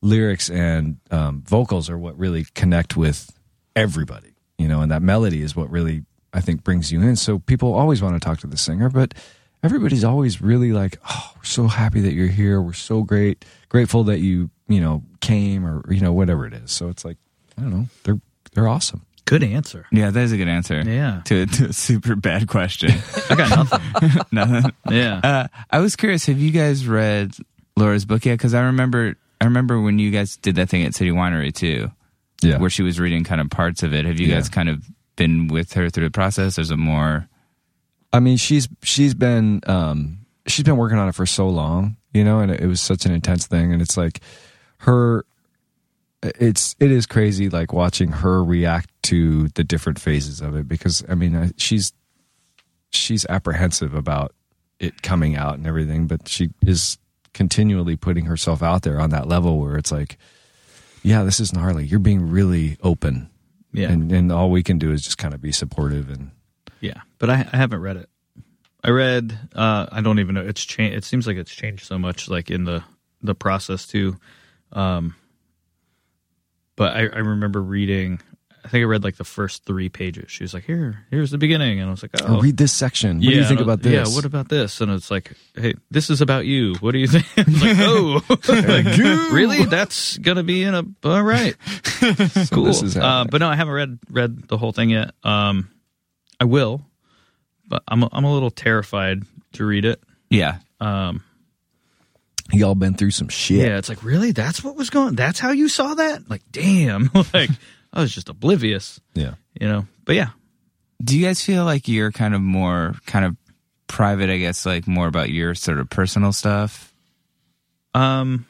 Speaker 3: lyrics and um, vocals are what really connect with everybody, you know, and that melody is what really I think brings you in. So people always want to talk to the singer, but everybody's always really like, "Oh, we're so happy that you're here. We're so great, grateful that you, you know, came or you know whatever it is." So it's like, I don't know, they're they're awesome.
Speaker 5: Good answer.
Speaker 4: Yeah, that is a good answer.
Speaker 5: Yeah.
Speaker 4: to, to a super bad question.
Speaker 5: I got nothing.
Speaker 3: [laughs]
Speaker 4: Nothing.
Speaker 5: Yeah.
Speaker 4: Uh, I was curious. Have you guys read Laura's book yet? Because I remember, I remember when you guys did that thing at City Winery too,
Speaker 3: Yeah,
Speaker 4: where she was reading kind of parts of it. Have you
Speaker 3: Yeah.
Speaker 4: guys kind of been with her through the process? There's a more
Speaker 3: I mean, she's she's been um, she's been working on it for so long, you know, and it, it was such an intense thing, and it's like her. It's it is crazy, like watching her react to the different phases of it, because I mean, I, she's she's apprehensive about it coming out and everything, but she is continually putting herself out there on that level where it's like, yeah, this is gnarly. You're being really open,
Speaker 5: Yeah.
Speaker 3: and and all we can do is just kind of be supportive and
Speaker 5: Yeah, but I, I haven't read it. I read. Uh, I don't even know. It's changed. It seems like it's changed so much, like in the the process too. Um, but I, I remember reading. I think I read like the first three pages. She was like, "Here, here's the beginning," and I was like,
Speaker 3: Or
Speaker 5: "Oh,
Speaker 3: read this section. What do you
Speaker 5: yeah,
Speaker 3: think
Speaker 5: and I-
Speaker 3: about this?
Speaker 5: Yeah, what about this?" And it's like, "Hey, this is about you. What do you think?" [laughs] I was like,
Speaker 3: [laughs]
Speaker 5: "Oh, Like, really? That's gonna be in a all right."
Speaker 3: [laughs] So this is
Speaker 5: uh,
Speaker 3: happening.
Speaker 5: but no, I haven't read read the whole thing yet. Um, I will, but I'm I'm a little terrified to read it.
Speaker 4: yeah.
Speaker 5: Um,
Speaker 3: y'all been through some
Speaker 5: yeah.
Speaker 3: shit.
Speaker 5: it's like really that's what was going. That's how you saw that. Like damn, [laughs] like I was just oblivious,
Speaker 3: Yeah.
Speaker 5: you know. But yeah,
Speaker 4: Do you guys feel like you're kind of more kind of private? I guess like more about your sort of personal stuff.
Speaker 5: um,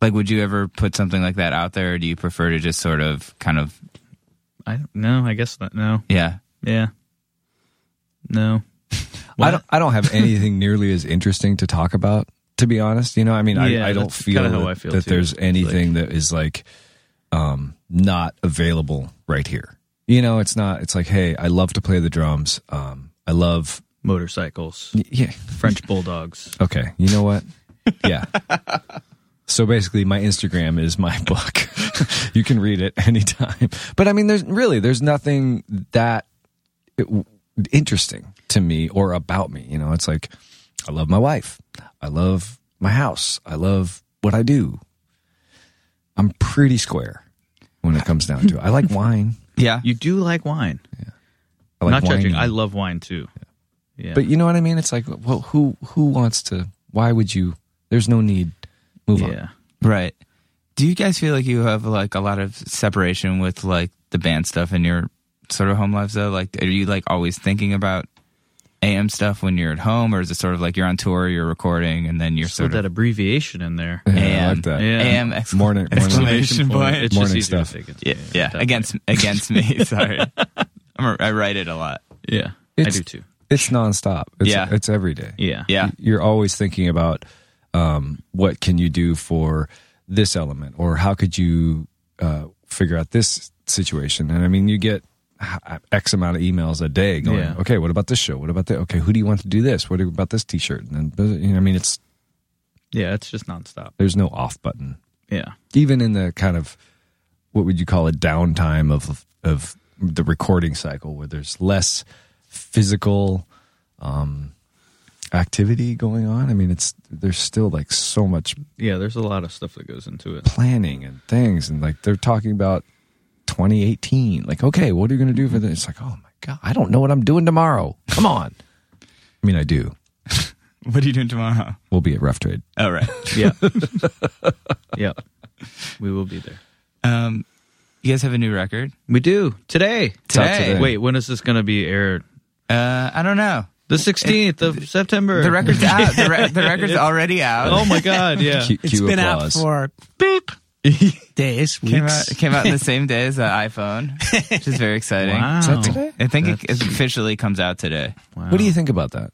Speaker 4: Like, would you ever put something like that out there, or do you prefer to just sort of kind of
Speaker 5: I don't no, I guess not. No,
Speaker 4: yeah?
Speaker 5: yeah, no.
Speaker 3: I don't. I don't have [laughs] anything nearly as interesting to talk about. To be honest, you know, I mean,
Speaker 5: Yeah,
Speaker 3: I, I don't
Speaker 5: that's
Speaker 3: feel
Speaker 5: kinda
Speaker 3: that,
Speaker 5: how I feel,
Speaker 3: that
Speaker 5: too.
Speaker 3: there's
Speaker 5: It's
Speaker 3: anything that is like um, not available right here. You know, it's not. It's like, hey, I love to play the drums. Um, I love.
Speaker 5: Motorcycles,
Speaker 3: Yeah.
Speaker 5: French bulldogs.
Speaker 3: Okay. You know what?
Speaker 5: [laughs]
Speaker 3: Yeah. so basically, my Instagram is my book. [laughs] you can read it anytime. But I mean, there's really there's nothing that it, interesting to me or about me. You know, it's like I love my wife. I love my house. I love what I do. I'm pretty square when it comes down to it. I like wine.
Speaker 4: Yeah.
Speaker 5: You do like wine.
Speaker 3: I like
Speaker 5: Not
Speaker 3: wine.
Speaker 5: judging. I love wine too. Yeah.
Speaker 3: But you know what I mean? It's like, well, who who wants to? Why would you? There's no need. Move on.
Speaker 5: yeah.
Speaker 4: Right. Do you guys feel like you have like a lot of separation with like the band stuff in your sort of home lives though? Like, are you like always thinking about AM stuff when you're at home, or is it sort of like you're on tour, you're recording, and then you're
Speaker 5: Just put
Speaker 4: sort
Speaker 5: that
Speaker 4: of
Speaker 5: abbreviation in there.
Speaker 3: Yeah, I
Speaker 4: AM,
Speaker 3: like that.
Speaker 5: Yeah.
Speaker 4: AM exc-
Speaker 3: Morning- morning.
Speaker 4: exclamation
Speaker 5: point.
Speaker 4: point?
Speaker 5: It's
Speaker 3: Morning
Speaker 5: just easier
Speaker 3: stuff.
Speaker 5: To think it's
Speaker 4: Yeah, yeah.
Speaker 5: definitely.
Speaker 4: Against
Speaker 3: [laughs]
Speaker 4: against me. Sorry, I'm a, I write it a lot.
Speaker 5: Yeah. I
Speaker 3: It's-
Speaker 5: do too.
Speaker 3: It's nonstop. It's,
Speaker 4: Yeah.
Speaker 3: it's every day.
Speaker 5: Yeah.
Speaker 4: Yeah,
Speaker 3: You're always thinking about um, what can you do for this element, or how could you uh, figure out this situation? And I mean, you get h- x amount of emails a day going.
Speaker 5: Yeah.
Speaker 3: Okay, what about this show? What about that? Okay, who do you want to do this? What about this T-shirt? And then you know, I mean, it's
Speaker 5: Yeah. It's just nonstop.
Speaker 3: there's no off button.
Speaker 5: Yeah.
Speaker 3: even in the kind of what would you call a downtime of of the recording cycle where there's less physical um activity going on i mean it's there's still like so much
Speaker 5: Yeah. There's a lot of stuff that goes
Speaker 3: [laughs]
Speaker 5: into it.
Speaker 3: planning and things and like they're talking about 2018 like okay what are you going to do for this it's like oh my god i don't know what i'm doing tomorrow come on i mean i do
Speaker 4: What are you doing tomorrow?
Speaker 3: we'll be at rough trade
Speaker 4: Oh,
Speaker 3: [laughs]
Speaker 4: right.
Speaker 5: Yeah. yeah. We will be there.
Speaker 4: Um, you guys have a new record?
Speaker 5: We do today.
Speaker 3: Today. Out today.
Speaker 5: Wait, when is this going to be aired?
Speaker 4: Uh, I don't know.
Speaker 5: The 16th of September.
Speaker 4: The record's out. The, re-
Speaker 3: [laughs]
Speaker 4: the record's already out.
Speaker 5: [laughs] Oh my God. Yeah.
Speaker 3: Cue-
Speaker 2: It's
Speaker 3: cue
Speaker 2: been
Speaker 3: applause
Speaker 2: out for
Speaker 3: [laughs]
Speaker 2: days,
Speaker 4: Came out,
Speaker 2: weeks.
Speaker 4: came out the same day as the iPhone, which is very exciting.
Speaker 5: Wow. Is that
Speaker 3: today?
Speaker 4: I think it officially comes out today.
Speaker 3: what do you think about that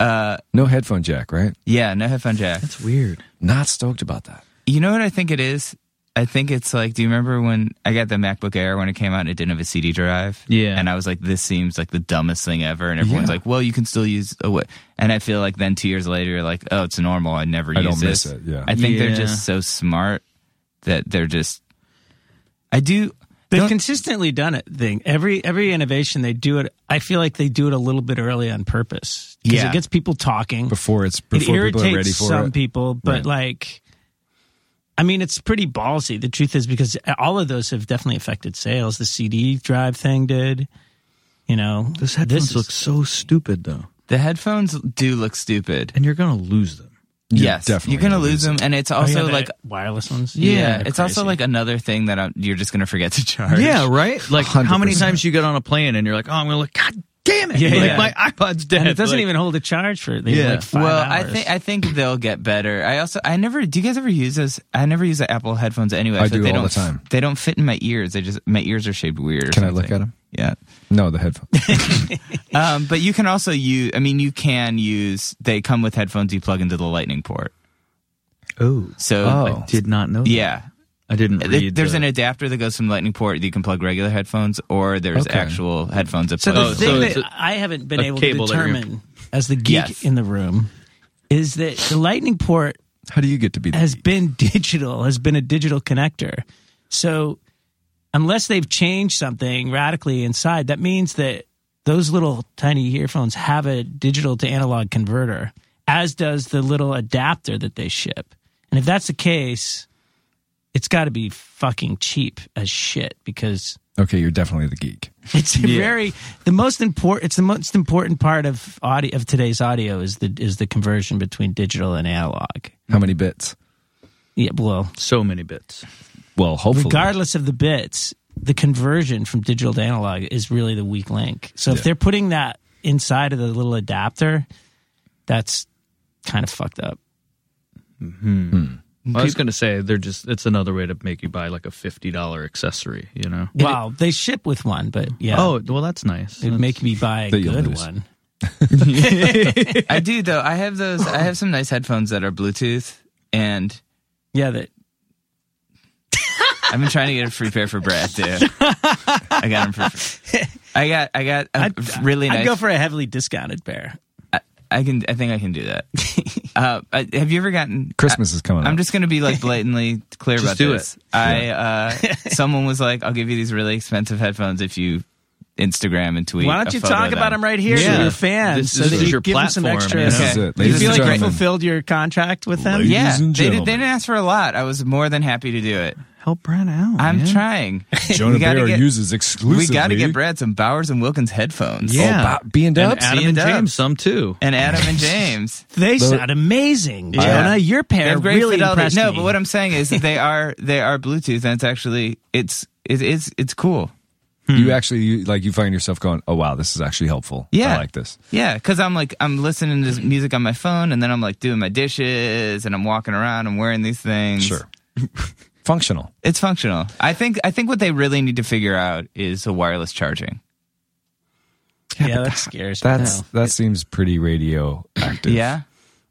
Speaker 3: uh no headphone jack right
Speaker 4: Yeah, no headphone jack.
Speaker 5: That's weird.
Speaker 3: not stoked about that
Speaker 4: You know what I think it is? I think it's like, do you remember when I got the MacBook Air when it came out and it didn't have a CD drive?
Speaker 5: Yeah.
Speaker 4: And I was like, this seems like the dumbest thing ever. And everyone's
Speaker 3: Yeah.
Speaker 4: like, well, you can still use a what? And I feel like then two years later, you're like, oh, it's normal. I never
Speaker 3: I
Speaker 4: use
Speaker 3: don't miss
Speaker 4: this.
Speaker 3: it, yeah.
Speaker 4: I think they're
Speaker 5: Yeah.
Speaker 4: just so smart that they're just. I do.
Speaker 2: They've
Speaker 4: don't-
Speaker 2: consistently done it. Thing every every innovation they do it. I feel like they do it a little bit early on purpose because
Speaker 4: Yeah.
Speaker 2: it gets people talking.
Speaker 3: before it's
Speaker 2: it
Speaker 3: before
Speaker 2: irritates
Speaker 3: people are ready for
Speaker 2: some
Speaker 3: it.
Speaker 2: people, but
Speaker 3: Right.
Speaker 2: like, I mean, it's pretty ballsy. The truth is because all of those have definitely affected sales. The CD drive thing did. You know,
Speaker 5: This headphones
Speaker 2: is-
Speaker 5: look so stupid though,
Speaker 4: The headphones do look stupid.
Speaker 5: and you're going to lose them.
Speaker 3: You're
Speaker 4: yes,
Speaker 3: definitely
Speaker 4: you're gonna
Speaker 3: gonna
Speaker 4: lose
Speaker 3: lose
Speaker 4: them, and it's
Speaker 2: oh, yeah,
Speaker 4: also
Speaker 2: the
Speaker 4: like
Speaker 2: wireless ones.
Speaker 4: yeah,
Speaker 2: they're
Speaker 4: it's also
Speaker 2: crazy.
Speaker 4: like another thing that I'm, you're just gonna forget to [laughs] charge.
Speaker 5: Yeah, right. Like how many
Speaker 3: 100%.
Speaker 5: times you get on a plane and you're like, oh, I'm going to look. God damn it!
Speaker 2: Yeah,
Speaker 5: like
Speaker 2: yeah.
Speaker 5: my iPod's dead.
Speaker 2: and it doesn't
Speaker 5: Like,
Speaker 2: even hold a charge for it. They
Speaker 5: Yeah.
Speaker 2: yeah. like five
Speaker 4: well,
Speaker 2: hours.
Speaker 4: I think I think they'll get better. I also I never do. You guys ever use those? I never use the Apple headphones anyway.
Speaker 3: I
Speaker 4: feel like
Speaker 3: do
Speaker 4: they
Speaker 3: all
Speaker 4: don't,
Speaker 3: the time.
Speaker 4: They don't fit in my ears. They just my ears are shaped weird. or
Speaker 3: Can I look
Speaker 4: something.
Speaker 3: at 'em?
Speaker 4: Yeah.
Speaker 3: No, the [laughs] headphones.
Speaker 4: Um, but you can also use. I mean, you can use. They come with headphones you plug into the Lightning port.
Speaker 5: Oh,
Speaker 4: So
Speaker 5: I did not know. that.
Speaker 4: yeah.
Speaker 5: I didn't
Speaker 4: Th-
Speaker 5: read.
Speaker 4: There's
Speaker 5: the-
Speaker 4: an adapter that goes from Lightning port that you can plug regular headphones, or there's
Speaker 3: Okay.
Speaker 4: actual headphones that
Speaker 2: So
Speaker 4: plug.
Speaker 2: the
Speaker 5: Oh,
Speaker 2: thing
Speaker 5: so
Speaker 2: that
Speaker 5: it's a-
Speaker 2: I haven't been
Speaker 5: a
Speaker 2: able to
Speaker 5: cable that you're-
Speaker 2: determine as the geek
Speaker 4: Yes.
Speaker 2: in the room is that the Lightning port
Speaker 3: How do you get to be?
Speaker 2: has been [laughs] digital, has been a digital connector. So unless they've changed something radically inside, that means that those little tiny earphones have a digital to analog converter, as does the little adapter that they ship. And if that's the case, it's got to be fucking cheap as shit because [laughs]
Speaker 3: okay, you're definitely the geek.
Speaker 2: it's a very the most important. It's the most important part of audio of today's audio is the is the conversion between digital and analog.
Speaker 3: How many bits?
Speaker 2: Yeah, well,
Speaker 5: so many bits.
Speaker 3: Well, hopefully,
Speaker 2: regardless of the bits, the conversion from digital to analog is really the weak link. So if they're putting that inside of the little adapter, that's kind of fucked up.
Speaker 5: I was going to say they're just. It's another way to make you buy like a fifty dollar accessory. You know.
Speaker 2: Wow, they ship with one, but yeah,
Speaker 5: Oh well, that's nice.
Speaker 2: it'd make me buy a
Speaker 3: That you'll
Speaker 2: good
Speaker 3: lose.
Speaker 2: one.
Speaker 4: I do though. I have those. I have some nice headphones that are Bluetooth, and
Speaker 2: Yeah, that
Speaker 4: I've been trying to get a free pair for Brad too. I got them for. Free. I got. I got a really nice.
Speaker 2: I'd go for a heavily discounted pair.
Speaker 4: I, I can. I think I can do
Speaker 2: [laughs]
Speaker 4: that. uh, I, have you ever gotten
Speaker 3: Christmas is coming.
Speaker 4: I'm
Speaker 3: up.
Speaker 4: just going to be like blatantly clear
Speaker 5: Just
Speaker 4: about
Speaker 2: [laughs]
Speaker 5: do
Speaker 4: this. I uh, someone was like, "I'll give you these really expensive headphones if you Instagram and tweet.
Speaker 2: Why don't
Speaker 4: a
Speaker 2: you
Speaker 4: photo
Speaker 2: talk
Speaker 4: of
Speaker 2: about
Speaker 4: them.
Speaker 2: them right here
Speaker 5: Yeah.
Speaker 2: to your fans?
Speaker 5: This
Speaker 2: so
Speaker 5: is
Speaker 2: that
Speaker 5: your
Speaker 2: you give them some
Speaker 5: platform,
Speaker 2: extra.
Speaker 5: you know?
Speaker 3: This is it,
Speaker 2: Do you
Speaker 3: ladies
Speaker 2: feel
Speaker 3: and
Speaker 2: like you
Speaker 3: gentlemen.
Speaker 2: fulfilled your contract with them?
Speaker 3: Ladies
Speaker 4: Yeah,
Speaker 3: and
Speaker 4: they, did, they
Speaker 3: gentlemen.
Speaker 4: didn't ask for a lot. I was more than happy to do it.
Speaker 5: Help Brad out.
Speaker 4: I'm
Speaker 5: man.
Speaker 4: trying.
Speaker 3: Jonah
Speaker 4: We gotta
Speaker 3: Bear
Speaker 4: get-
Speaker 3: uses
Speaker 4: We
Speaker 3: exclusively.
Speaker 4: got to get Brad some Bowers and Wilkins headphones.
Speaker 5: Yeah.
Speaker 3: Oh, Bob- B and
Speaker 5: And
Speaker 3: Dubs.
Speaker 5: Adam
Speaker 4: See
Speaker 5: and
Speaker 4: Dubs.
Speaker 5: James, some too.
Speaker 4: And Adam
Speaker 2: [laughs]
Speaker 4: and James.
Speaker 2: They sound amazing,
Speaker 4: Yeah.
Speaker 2: Jonah. Your
Speaker 4: They
Speaker 2: pair
Speaker 4: have great
Speaker 2: really
Speaker 4: fidelity.
Speaker 2: impressed
Speaker 4: No,
Speaker 2: me.
Speaker 4: but what I'm saying is that they are they are Bluetooth, and it's actually it's it is it's cool.
Speaker 3: You actually you, like you find yourself going, oh wow, this is actually helpful. I
Speaker 4: Yeah.
Speaker 3: like this.
Speaker 4: Yeah, because I'm like I'm listening to music on my phone, and then I'm like doing my dishes, and I'm walking around, I'm wearing these things.
Speaker 3: Sure. Functional.
Speaker 4: it's functional. I think I think what they really need to figure out is the wireless charging.
Speaker 2: yeah, that scares me.
Speaker 3: That's that seems pretty radioactive.
Speaker 4: Yeah.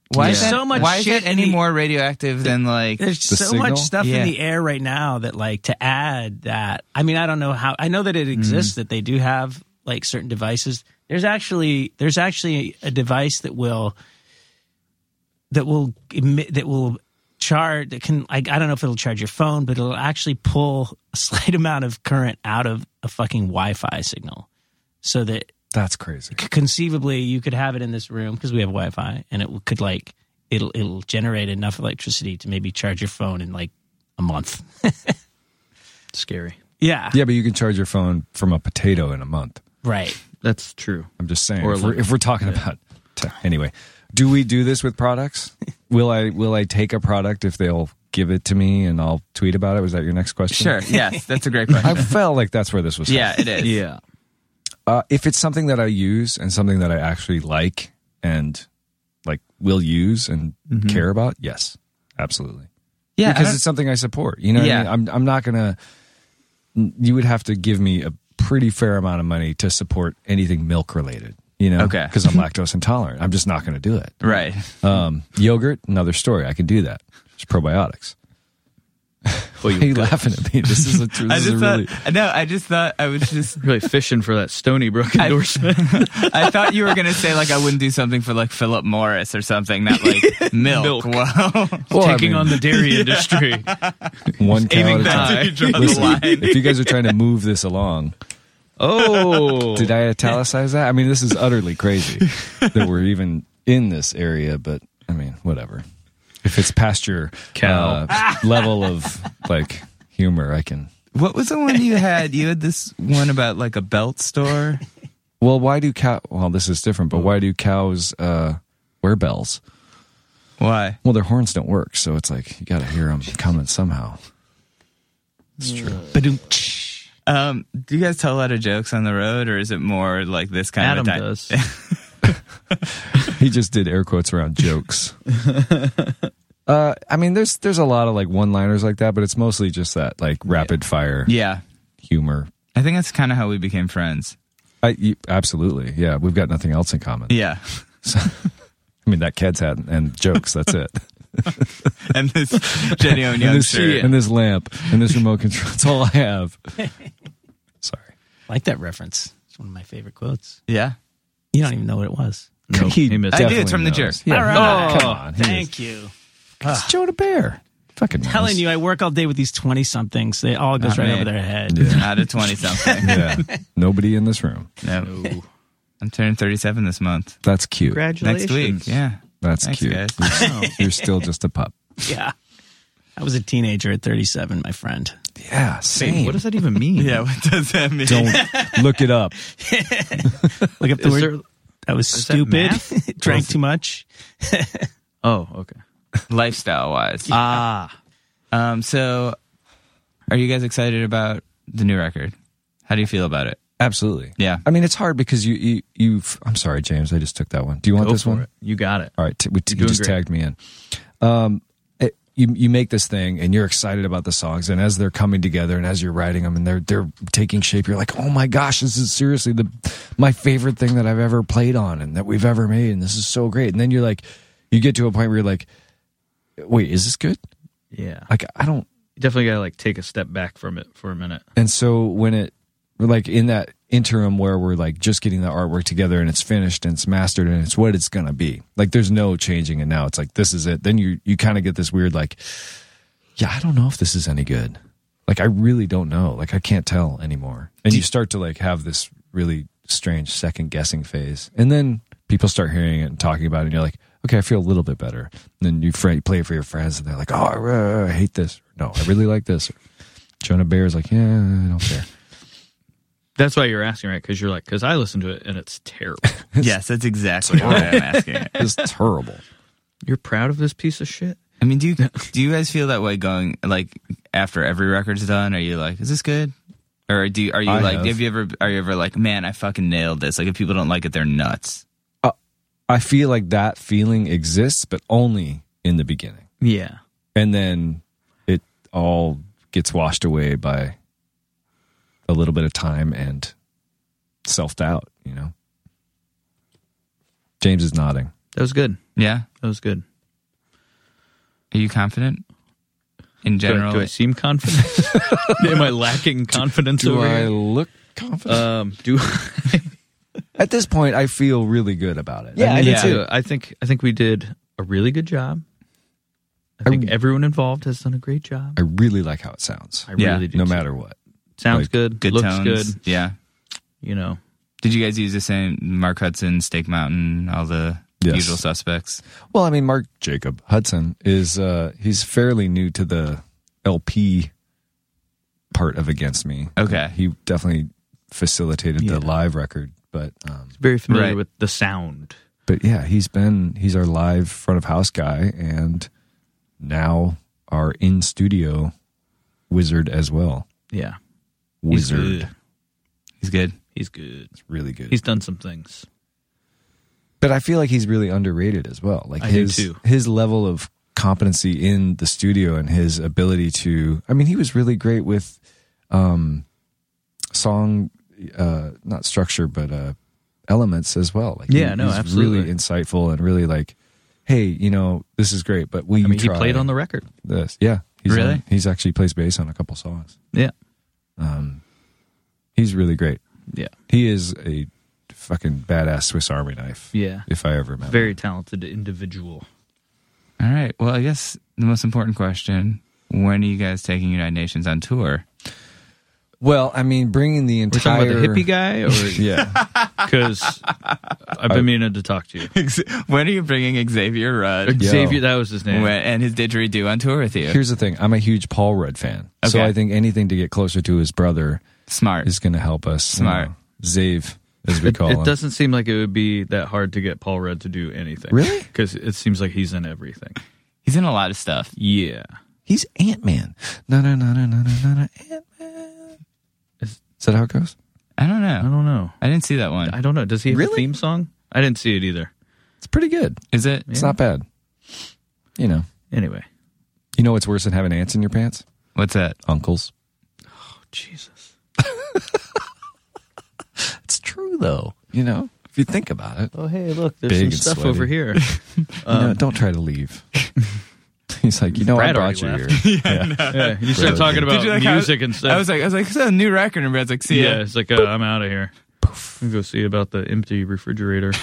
Speaker 4: Why is
Speaker 2: There's
Speaker 4: that,
Speaker 2: so much
Speaker 4: why is
Speaker 2: shit
Speaker 4: it any
Speaker 2: in the-
Speaker 4: more radioactive than like
Speaker 2: There's
Speaker 3: The
Speaker 2: so
Speaker 3: signal?
Speaker 2: much stuff
Speaker 4: Yeah.
Speaker 2: in the air right now that like to add that. I mean, I don't know how. I know that it exists that they do have like certain devices. There's actually there's actually a device that will that will emit that will charge that can like I don't know if it'll charge your phone, but it'll actually pull a [laughs] slight amount of current out of a fucking Wi-Fi signal, so that
Speaker 3: That's crazy.
Speaker 2: c- conceivably you could have it in this room because we have Wi-Fi, and it will- could like it'll it'll generate enough electricity to maybe charge your phone in like a month.
Speaker 5: Scary.
Speaker 2: yeah.
Speaker 3: Yeah, but you can charge your phone from a potato in a month.
Speaker 2: Right.
Speaker 5: That's true.
Speaker 3: I'm just saying.
Speaker 5: Or
Speaker 3: if, we're,
Speaker 5: lemon.
Speaker 3: if we're talking about [laughs] t- anyway, do we do this with
Speaker 4: [laughs]
Speaker 3: products? will I will I take a product if they'll give it to me and I'll tweet about it? Was that your next question?
Speaker 4: Sure. Yes, that's
Speaker 2: [laughs]
Speaker 4: a great question.
Speaker 3: I felt like that's where this was.
Speaker 4: yeah, it is.
Speaker 5: Yeah.
Speaker 3: Uh, if it's something that I use and something that I actually like and like will use and
Speaker 4: Mm-hmm.
Speaker 3: care about, yes, absolutely.
Speaker 4: Yeah, I
Speaker 3: because
Speaker 4: don't-
Speaker 3: it's something I support. You know, what
Speaker 4: Yeah.
Speaker 3: I mean? I'm I'm not gonna. You would have to give me a pretty fair amount of money to support anything milk related. You know,
Speaker 4: Okay.
Speaker 3: because I'm lactose intolerant. I'm just not gonna do it.
Speaker 4: right.
Speaker 3: Um, yogurt, another story. I can do that. It's probiotics. [laughs] Why are you laughing at me? This is a, this
Speaker 4: [laughs] I
Speaker 3: is a
Speaker 4: just
Speaker 3: really.
Speaker 4: thought no, I just thought I was just
Speaker 5: Really fishing for that Stony Brook endorsement.
Speaker 4: I thought you were gonna say like I wouldn't do something for like Philip Morris or something, not [laughs] like
Speaker 5: Milk.
Speaker 4: milk. Whoa.
Speaker 3: Well, I
Speaker 5: taking
Speaker 3: mean,
Speaker 5: on the dairy industry.
Speaker 3: one cow
Speaker 4: aiming
Speaker 3: at a
Speaker 4: back.
Speaker 3: time.
Speaker 4: You draw the
Speaker 3: Listen,
Speaker 4: line.
Speaker 3: [laughs] if you guys are trying to move this along,
Speaker 5: Oh,
Speaker 3: did I italicize that? I mean, this is utterly crazy that we're even in this area, but I mean, whatever. If it's past your
Speaker 5: Cow.
Speaker 3: uh, level of like humor, I can.
Speaker 4: [laughs] What was the one you had? You had this one about like a belt store.
Speaker 3: Well, why do cow? Well, this is different, but why do cows uh, wear bells?
Speaker 4: Why?
Speaker 3: Well, their horns don't work, so it's like you got to hear them coming somehow.
Speaker 2: But
Speaker 4: Um, do you guys tell a lot of jokes on the road, or is it more like this kind
Speaker 5: Adam
Speaker 4: of? a di-
Speaker 5: does.
Speaker 3: He just did air quotes around
Speaker 4: [laughs]
Speaker 3: jokes. uh, I mean, there's there's a lot of like one liners like that, but it's mostly just that like rapid fire
Speaker 4: Yeah,
Speaker 3: humor.
Speaker 4: I think that's kind of how we became friends.
Speaker 3: I, you- absolutely, yeah. We've got nothing else in common.
Speaker 4: Yeah, [laughs]
Speaker 3: I mean, that cat's hat and, and jokes. That's it.
Speaker 4: and this [laughs]
Speaker 3: [laughs]
Speaker 4: genuine
Speaker 3: and, this,
Speaker 4: youngster.
Speaker 3: and this lamp and this remote control. That's all I
Speaker 4: [laughs]
Speaker 3: have. Sorry.
Speaker 2: like that reference. It's one of my favorite quotes.
Speaker 4: Yeah,
Speaker 2: You don't even know what it was.
Speaker 5: No, he missed.
Speaker 4: I
Speaker 5: it.
Speaker 4: do.
Speaker 3: Definitely
Speaker 4: It's from the Oh,
Speaker 3: knows.
Speaker 4: jerk.
Speaker 3: Yeah,
Speaker 2: All right.
Speaker 3: come on. He is-
Speaker 2: Thank you.
Speaker 3: It's Jonah Bear. Fucking
Speaker 2: Telling
Speaker 3: knows.
Speaker 2: you, I work all day with these twenty somethings. They all goes
Speaker 4: Not
Speaker 2: right
Speaker 4: me.
Speaker 2: over their head.
Speaker 3: Yeah.
Speaker 4: Out of
Speaker 3: [laughs]
Speaker 4: twenty
Speaker 3: [laughs]
Speaker 4: something.
Speaker 3: yeah. Nobody in this room.
Speaker 4: no, I'm turning thirty-seven this month.
Speaker 3: That's cute.
Speaker 4: Next week. Yeah.
Speaker 3: That's
Speaker 4: Thanks,
Speaker 3: cute.
Speaker 4: guys.
Speaker 3: You're,
Speaker 4: [laughs]
Speaker 3: still- you're still just a pup.
Speaker 2: Yeah. I was a teenager at thirty-seven, my friend.
Speaker 3: Yeah. Same.
Speaker 5: What does that even mean?
Speaker 4: Yeah. What does that mean?
Speaker 3: [laughs]
Speaker 5: [laughs]
Speaker 3: Don't look it up.
Speaker 2: Look up the
Speaker 5: Is
Speaker 2: word.
Speaker 5: there?
Speaker 2: I was
Speaker 5: that
Speaker 2: stupid. [laughs] Drank too much.
Speaker 5: Oh, okay.
Speaker 4: Lifestyle wise.
Speaker 5: Ah,
Speaker 4: Um. So, are you guys excited about the new record? How do you feel about it?
Speaker 3: Absolutely.
Speaker 4: Yeah.
Speaker 3: I mean, it's hard because you, you, you've, I'm sorry, James, I just took that one. Do you want
Speaker 5: go
Speaker 3: this
Speaker 5: for
Speaker 3: one?
Speaker 5: it. You got it.
Speaker 3: All right, t- we, t- you
Speaker 5: doing
Speaker 3: just
Speaker 5: great.
Speaker 3: tagged me in. Um, it- you you make this thing, and you're excited about the songs, and as they're coming together, and as you're writing them, and they're they're taking shape, you're like, oh my gosh, this is seriously the my favorite thing that I've ever played on, and that we've ever made, and this is so great. And then you're like, you get to a point where you're like, wait, is this good?
Speaker 5: Yeah,
Speaker 3: Like, I don't
Speaker 5: you definitely gotta like take a step back from it for a minute.
Speaker 3: and so when it like in that interim where we're like just getting the artwork together and it's finished and it's mastered and it's what it's gonna be. Like there's no changing it now. It's like this is it. Then you you kind of get this weird like, yeah, I don't know if this is any good. Like I really don't know. Like I can't tell anymore. And you start to like have this really strange second guessing phase. And then people start hearing it and talking about it, and you're like, okay, I feel a little bit better. And then you fr- play it for your friends, and they're like, oh, I, re- I hate this. No, I really like this. Jonah Bear is like, yeah, I don't
Speaker 5: [laughs]
Speaker 3: care.
Speaker 5: That's why you're asking, right? Because you're like, because I listened to it and it's terrible.
Speaker 3: [laughs]
Speaker 4: yes, that's exactly why I'm asking it.
Speaker 3: It's terrible.
Speaker 5: you're proud of this piece of shit?
Speaker 4: [laughs] I mean, do you do you guys feel that way going like after every record's done? Are you like, is this good? Or do you, are you
Speaker 3: I
Speaker 4: like,
Speaker 3: have.
Speaker 4: have. you ever are you ever like, man, I fucking nailed this? Like, if people don't like it, they're nuts.
Speaker 3: I feel like that feeling exists, but only in the beginning.
Speaker 5: Yeah.
Speaker 3: And then it all gets washed away by a little bit of time and self doubt, you know? James is nodding.
Speaker 5: That was good.
Speaker 4: Yeah,
Speaker 5: That was good.
Speaker 4: are you confident in
Speaker 5: Do I-
Speaker 4: general?
Speaker 5: do I, [laughs] seem confident?
Speaker 3: [laughs]
Speaker 5: Am I lacking confidence
Speaker 3: Do
Speaker 5: over
Speaker 3: I
Speaker 5: here?
Speaker 3: look confident?
Speaker 5: Um, do [laughs]
Speaker 3: At this point, I feel really good about it.
Speaker 5: I
Speaker 3: I mean,
Speaker 5: do
Speaker 4: yeah.
Speaker 5: too. I think I think we did a really good job. I
Speaker 3: I-
Speaker 5: think everyone involved has done a great job.
Speaker 3: I really like how it sounds,
Speaker 5: I
Speaker 4: Yeah,
Speaker 5: really do.
Speaker 3: no
Speaker 5: too.
Speaker 3: matter what.
Speaker 5: sounds
Speaker 3: like,
Speaker 5: good,
Speaker 4: good
Speaker 5: looks
Speaker 4: tones.
Speaker 5: good.
Speaker 4: Yeah.
Speaker 5: You know,
Speaker 4: Did you guys use the same Mark Hudson, Steak Mountain, all the
Speaker 3: Yes.
Speaker 4: usual suspects?
Speaker 3: Well, I mean, Mark Jacob Hudson is uh he's fairly new to the LP part of Against Me.
Speaker 4: Okay.
Speaker 3: He definitely facilitated the
Speaker 5: Yeah.
Speaker 3: live record, but um
Speaker 5: very familiar
Speaker 4: Right.
Speaker 5: with the sound.
Speaker 3: but yeah, he's been he's our live front of house guy and now our in studio wizard as well.
Speaker 5: Yeah, He's
Speaker 3: Wizard.
Speaker 5: good.
Speaker 4: He's good.
Speaker 5: He's good.
Speaker 3: It's really good.
Speaker 5: He's done some things.
Speaker 3: but I feel like he's really underrated as well. Like
Speaker 5: I do
Speaker 3: his
Speaker 5: too.
Speaker 3: his level of competency in the studio and his ability to I mean he was really great with um song uh not structure but uh elements as well. Like
Speaker 5: Yeah, no,
Speaker 3: he's really
Speaker 5: absolutely.
Speaker 3: insightful and really like hey, you know, this is great, but will
Speaker 5: I
Speaker 3: you
Speaker 5: mean, he
Speaker 3: try
Speaker 5: played on the record.
Speaker 3: this? Yeah. He's
Speaker 4: Really?
Speaker 3: on- he's actually plays bass on a couple songs.
Speaker 5: Yeah,
Speaker 3: Um he's really great.
Speaker 5: yeah,
Speaker 3: He is a fucking badass Swiss Army knife.
Speaker 5: yeah.
Speaker 3: If I ever met. him.
Speaker 5: Very talented individual.
Speaker 4: All right. Well, I guess the most important question: When are you guys taking United Nations on tour? [laughs]
Speaker 3: Well, I mean, bringing the
Speaker 5: We're
Speaker 3: entire
Speaker 5: talking about the hippie
Speaker 3: [laughs]
Speaker 5: guy, or [laughs]
Speaker 3: Yeah,
Speaker 5: because I've been meaning to talk to you.
Speaker 4: when are you bringing Xavier Rudd
Speaker 3: Yo.
Speaker 5: Xavier, that was his name.
Speaker 4: when, and his didgeridoo on tour with you?
Speaker 3: here's the thing. I'm a huge Paul Rudd fan, so
Speaker 4: Okay.
Speaker 3: I think anything to get closer to his brother
Speaker 4: Smart.
Speaker 3: is going to help us.
Speaker 4: Smart.
Speaker 3: Zave, as we
Speaker 5: It,
Speaker 3: call
Speaker 5: it
Speaker 3: him.
Speaker 5: doesn't seem like it would be that hard to get Paul Rudd to do anything.
Speaker 3: Really?
Speaker 5: Because it seems like he's in everything.
Speaker 4: He's in a lot of stuff.
Speaker 5: Yeah.
Speaker 3: He's Ant Man. No, no, no, no, no, no, no, Ant Man. Is, is that how it goes?
Speaker 4: I don't
Speaker 5: I
Speaker 4: know.
Speaker 5: don't know.
Speaker 4: I didn't see that one.
Speaker 5: I don't know. Does he have a
Speaker 3: Really?
Speaker 5: theme song? I didn't see it either.
Speaker 3: It's pretty good.
Speaker 4: Is it?
Speaker 3: It's not bad. You know,
Speaker 5: Anyway.
Speaker 3: you know what's worse than having ants in your pants?
Speaker 4: What's that?
Speaker 3: Uncles.
Speaker 5: Jesus.
Speaker 3: It's true though. You know, if you think about it,
Speaker 5: Oh, hey, look. There's
Speaker 3: Big
Speaker 5: some
Speaker 3: and
Speaker 5: stuff
Speaker 3: sweaty.
Speaker 5: over here.
Speaker 3: you know, don't try to
Speaker 5: [laughs]
Speaker 3: leave. He's like, you know,
Speaker 5: Uh, Brad
Speaker 3: I
Speaker 5: already
Speaker 3: brought you
Speaker 5: left.
Speaker 3: here.
Speaker 5: Yeah, you start
Speaker 3: Really?
Speaker 5: talking
Speaker 4: Did
Speaker 5: about
Speaker 4: you like how-
Speaker 5: music and stuff.
Speaker 4: I was like, I was like, it's a new record, and Brad's like, see
Speaker 5: yeah,
Speaker 4: ya.
Speaker 5: it's like, uh, I'm out of here. I'll go see about the empty refrigerator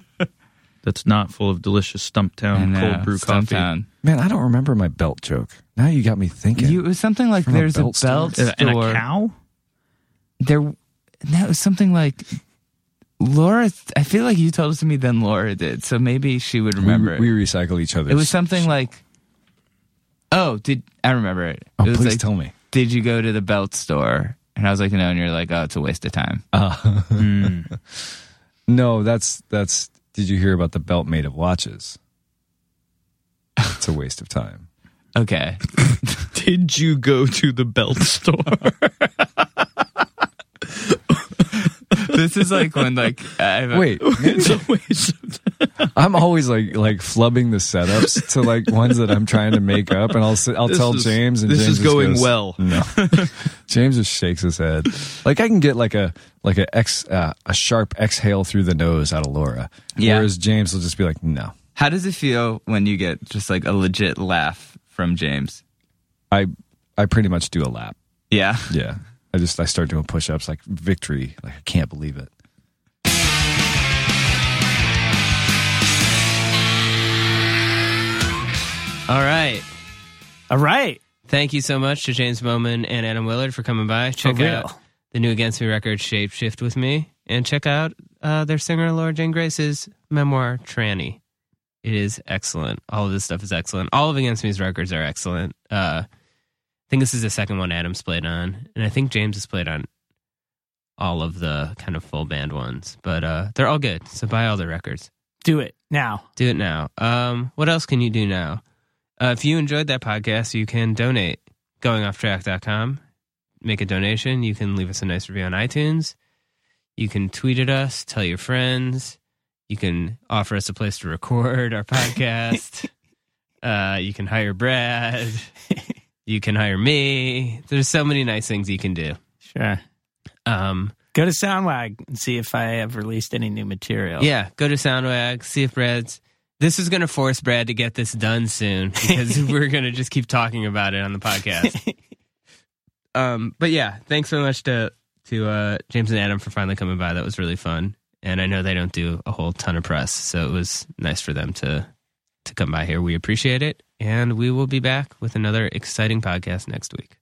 Speaker 3: [laughs]
Speaker 5: that's not full of delicious
Speaker 4: I
Speaker 5: Stumptown
Speaker 4: know,
Speaker 5: cold brew coffee.
Speaker 4: uh, Stumptown.
Speaker 3: Man, I don't remember my belt joke. Now you got me thinking.
Speaker 4: You, it was something like
Speaker 3: From a
Speaker 4: there's a
Speaker 3: belt
Speaker 4: belt,
Speaker 3: store?
Speaker 4: store.
Speaker 5: Uh, And a cow?
Speaker 4: There, that was something like Laura. I feel like you told it to me, then Laura did. So maybe she would remember it.
Speaker 3: We, we recycle each other's.
Speaker 4: it was something like, oh, did I remember it?
Speaker 3: Oh,
Speaker 4: it was
Speaker 3: please
Speaker 4: like,
Speaker 3: tell me.
Speaker 4: Did you go to the belt store? And I was like, no. And you're like, oh, it's a waste of time.
Speaker 5: Uh,
Speaker 3: No, that's that's. Did you hear about the belt made of watches? It's a waste of
Speaker 5: [laughs]
Speaker 3: time.
Speaker 4: Okay.
Speaker 5: Did you go to the belt store?
Speaker 4: [laughs] this is like when like I
Speaker 3: Wait,
Speaker 5: it's a waste of
Speaker 3: I'm always like like flubbing the setups to like ones that I'm trying to make up, and I'll s- I'll
Speaker 5: This
Speaker 3: tell
Speaker 5: is-
Speaker 3: James, and
Speaker 5: this
Speaker 3: James
Speaker 5: is
Speaker 3: just
Speaker 5: going
Speaker 3: goes,
Speaker 5: well.
Speaker 3: No, James just shakes his head. Like I can get like a like a ex uh, a sharp exhale through the nose out of Laura,
Speaker 4: Yeah.
Speaker 3: whereas James will just be like, no.
Speaker 4: How does it feel when you get just like a legit laugh from James?
Speaker 3: I I pretty much do a lap.
Speaker 4: Yeah.
Speaker 3: Yeah. I just I start doing push ups like victory. Like I can't believe it.
Speaker 1: All right.
Speaker 2: All right.
Speaker 1: Thank you so much to James Bowman and Adam Willard for coming by. Check
Speaker 2: real.
Speaker 1: out the new Against Me record, Shape Shift with Me, and check out uh, their singer, Laura Jane Grace's memoir, Tranny. It is excellent. All of this stuff is excellent. All of Against Me's records are excellent. Uh, I think this is the second one Adam's played on, and I think James has played on all of the kind of full band ones, but uh, they're all good. So buy all the records.
Speaker 2: Do it now.
Speaker 1: Do it now. Um, what else can you do now? Uh, if you enjoyed that podcast, you can donate. Goingofftrack.com. Make a donation. You can leave us a nice review on iTunes. You can tweet at us, tell your friends. You can offer us a place to record our podcast. uh, you can hire Brad. You can hire me. There's so many nice things you can do.
Speaker 2: Sure.
Speaker 1: Um,
Speaker 2: Go to Soundwag and see if I have released any new material.
Speaker 1: Yeah, go to Soundwag, see if Brad's. This is going to force Brad to get this done soon because we're going to just keep talking about it on the
Speaker 2: [laughs]
Speaker 1: podcast. um, but yeah, thanks so much to to uh, James and Adam for finally coming by. That was really fun, and I know they don't do a whole ton of press, so it was nice for them to to come by here. We appreciate it, and we will be back with another exciting podcast next week.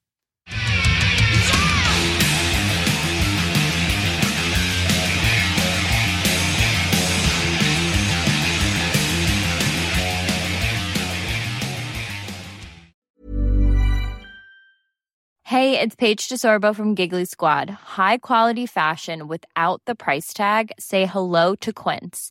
Speaker 6: Hey, it's Paige DeSorbo from Giggly Squad. High quality fashion without the price tag. Say hello to Quince.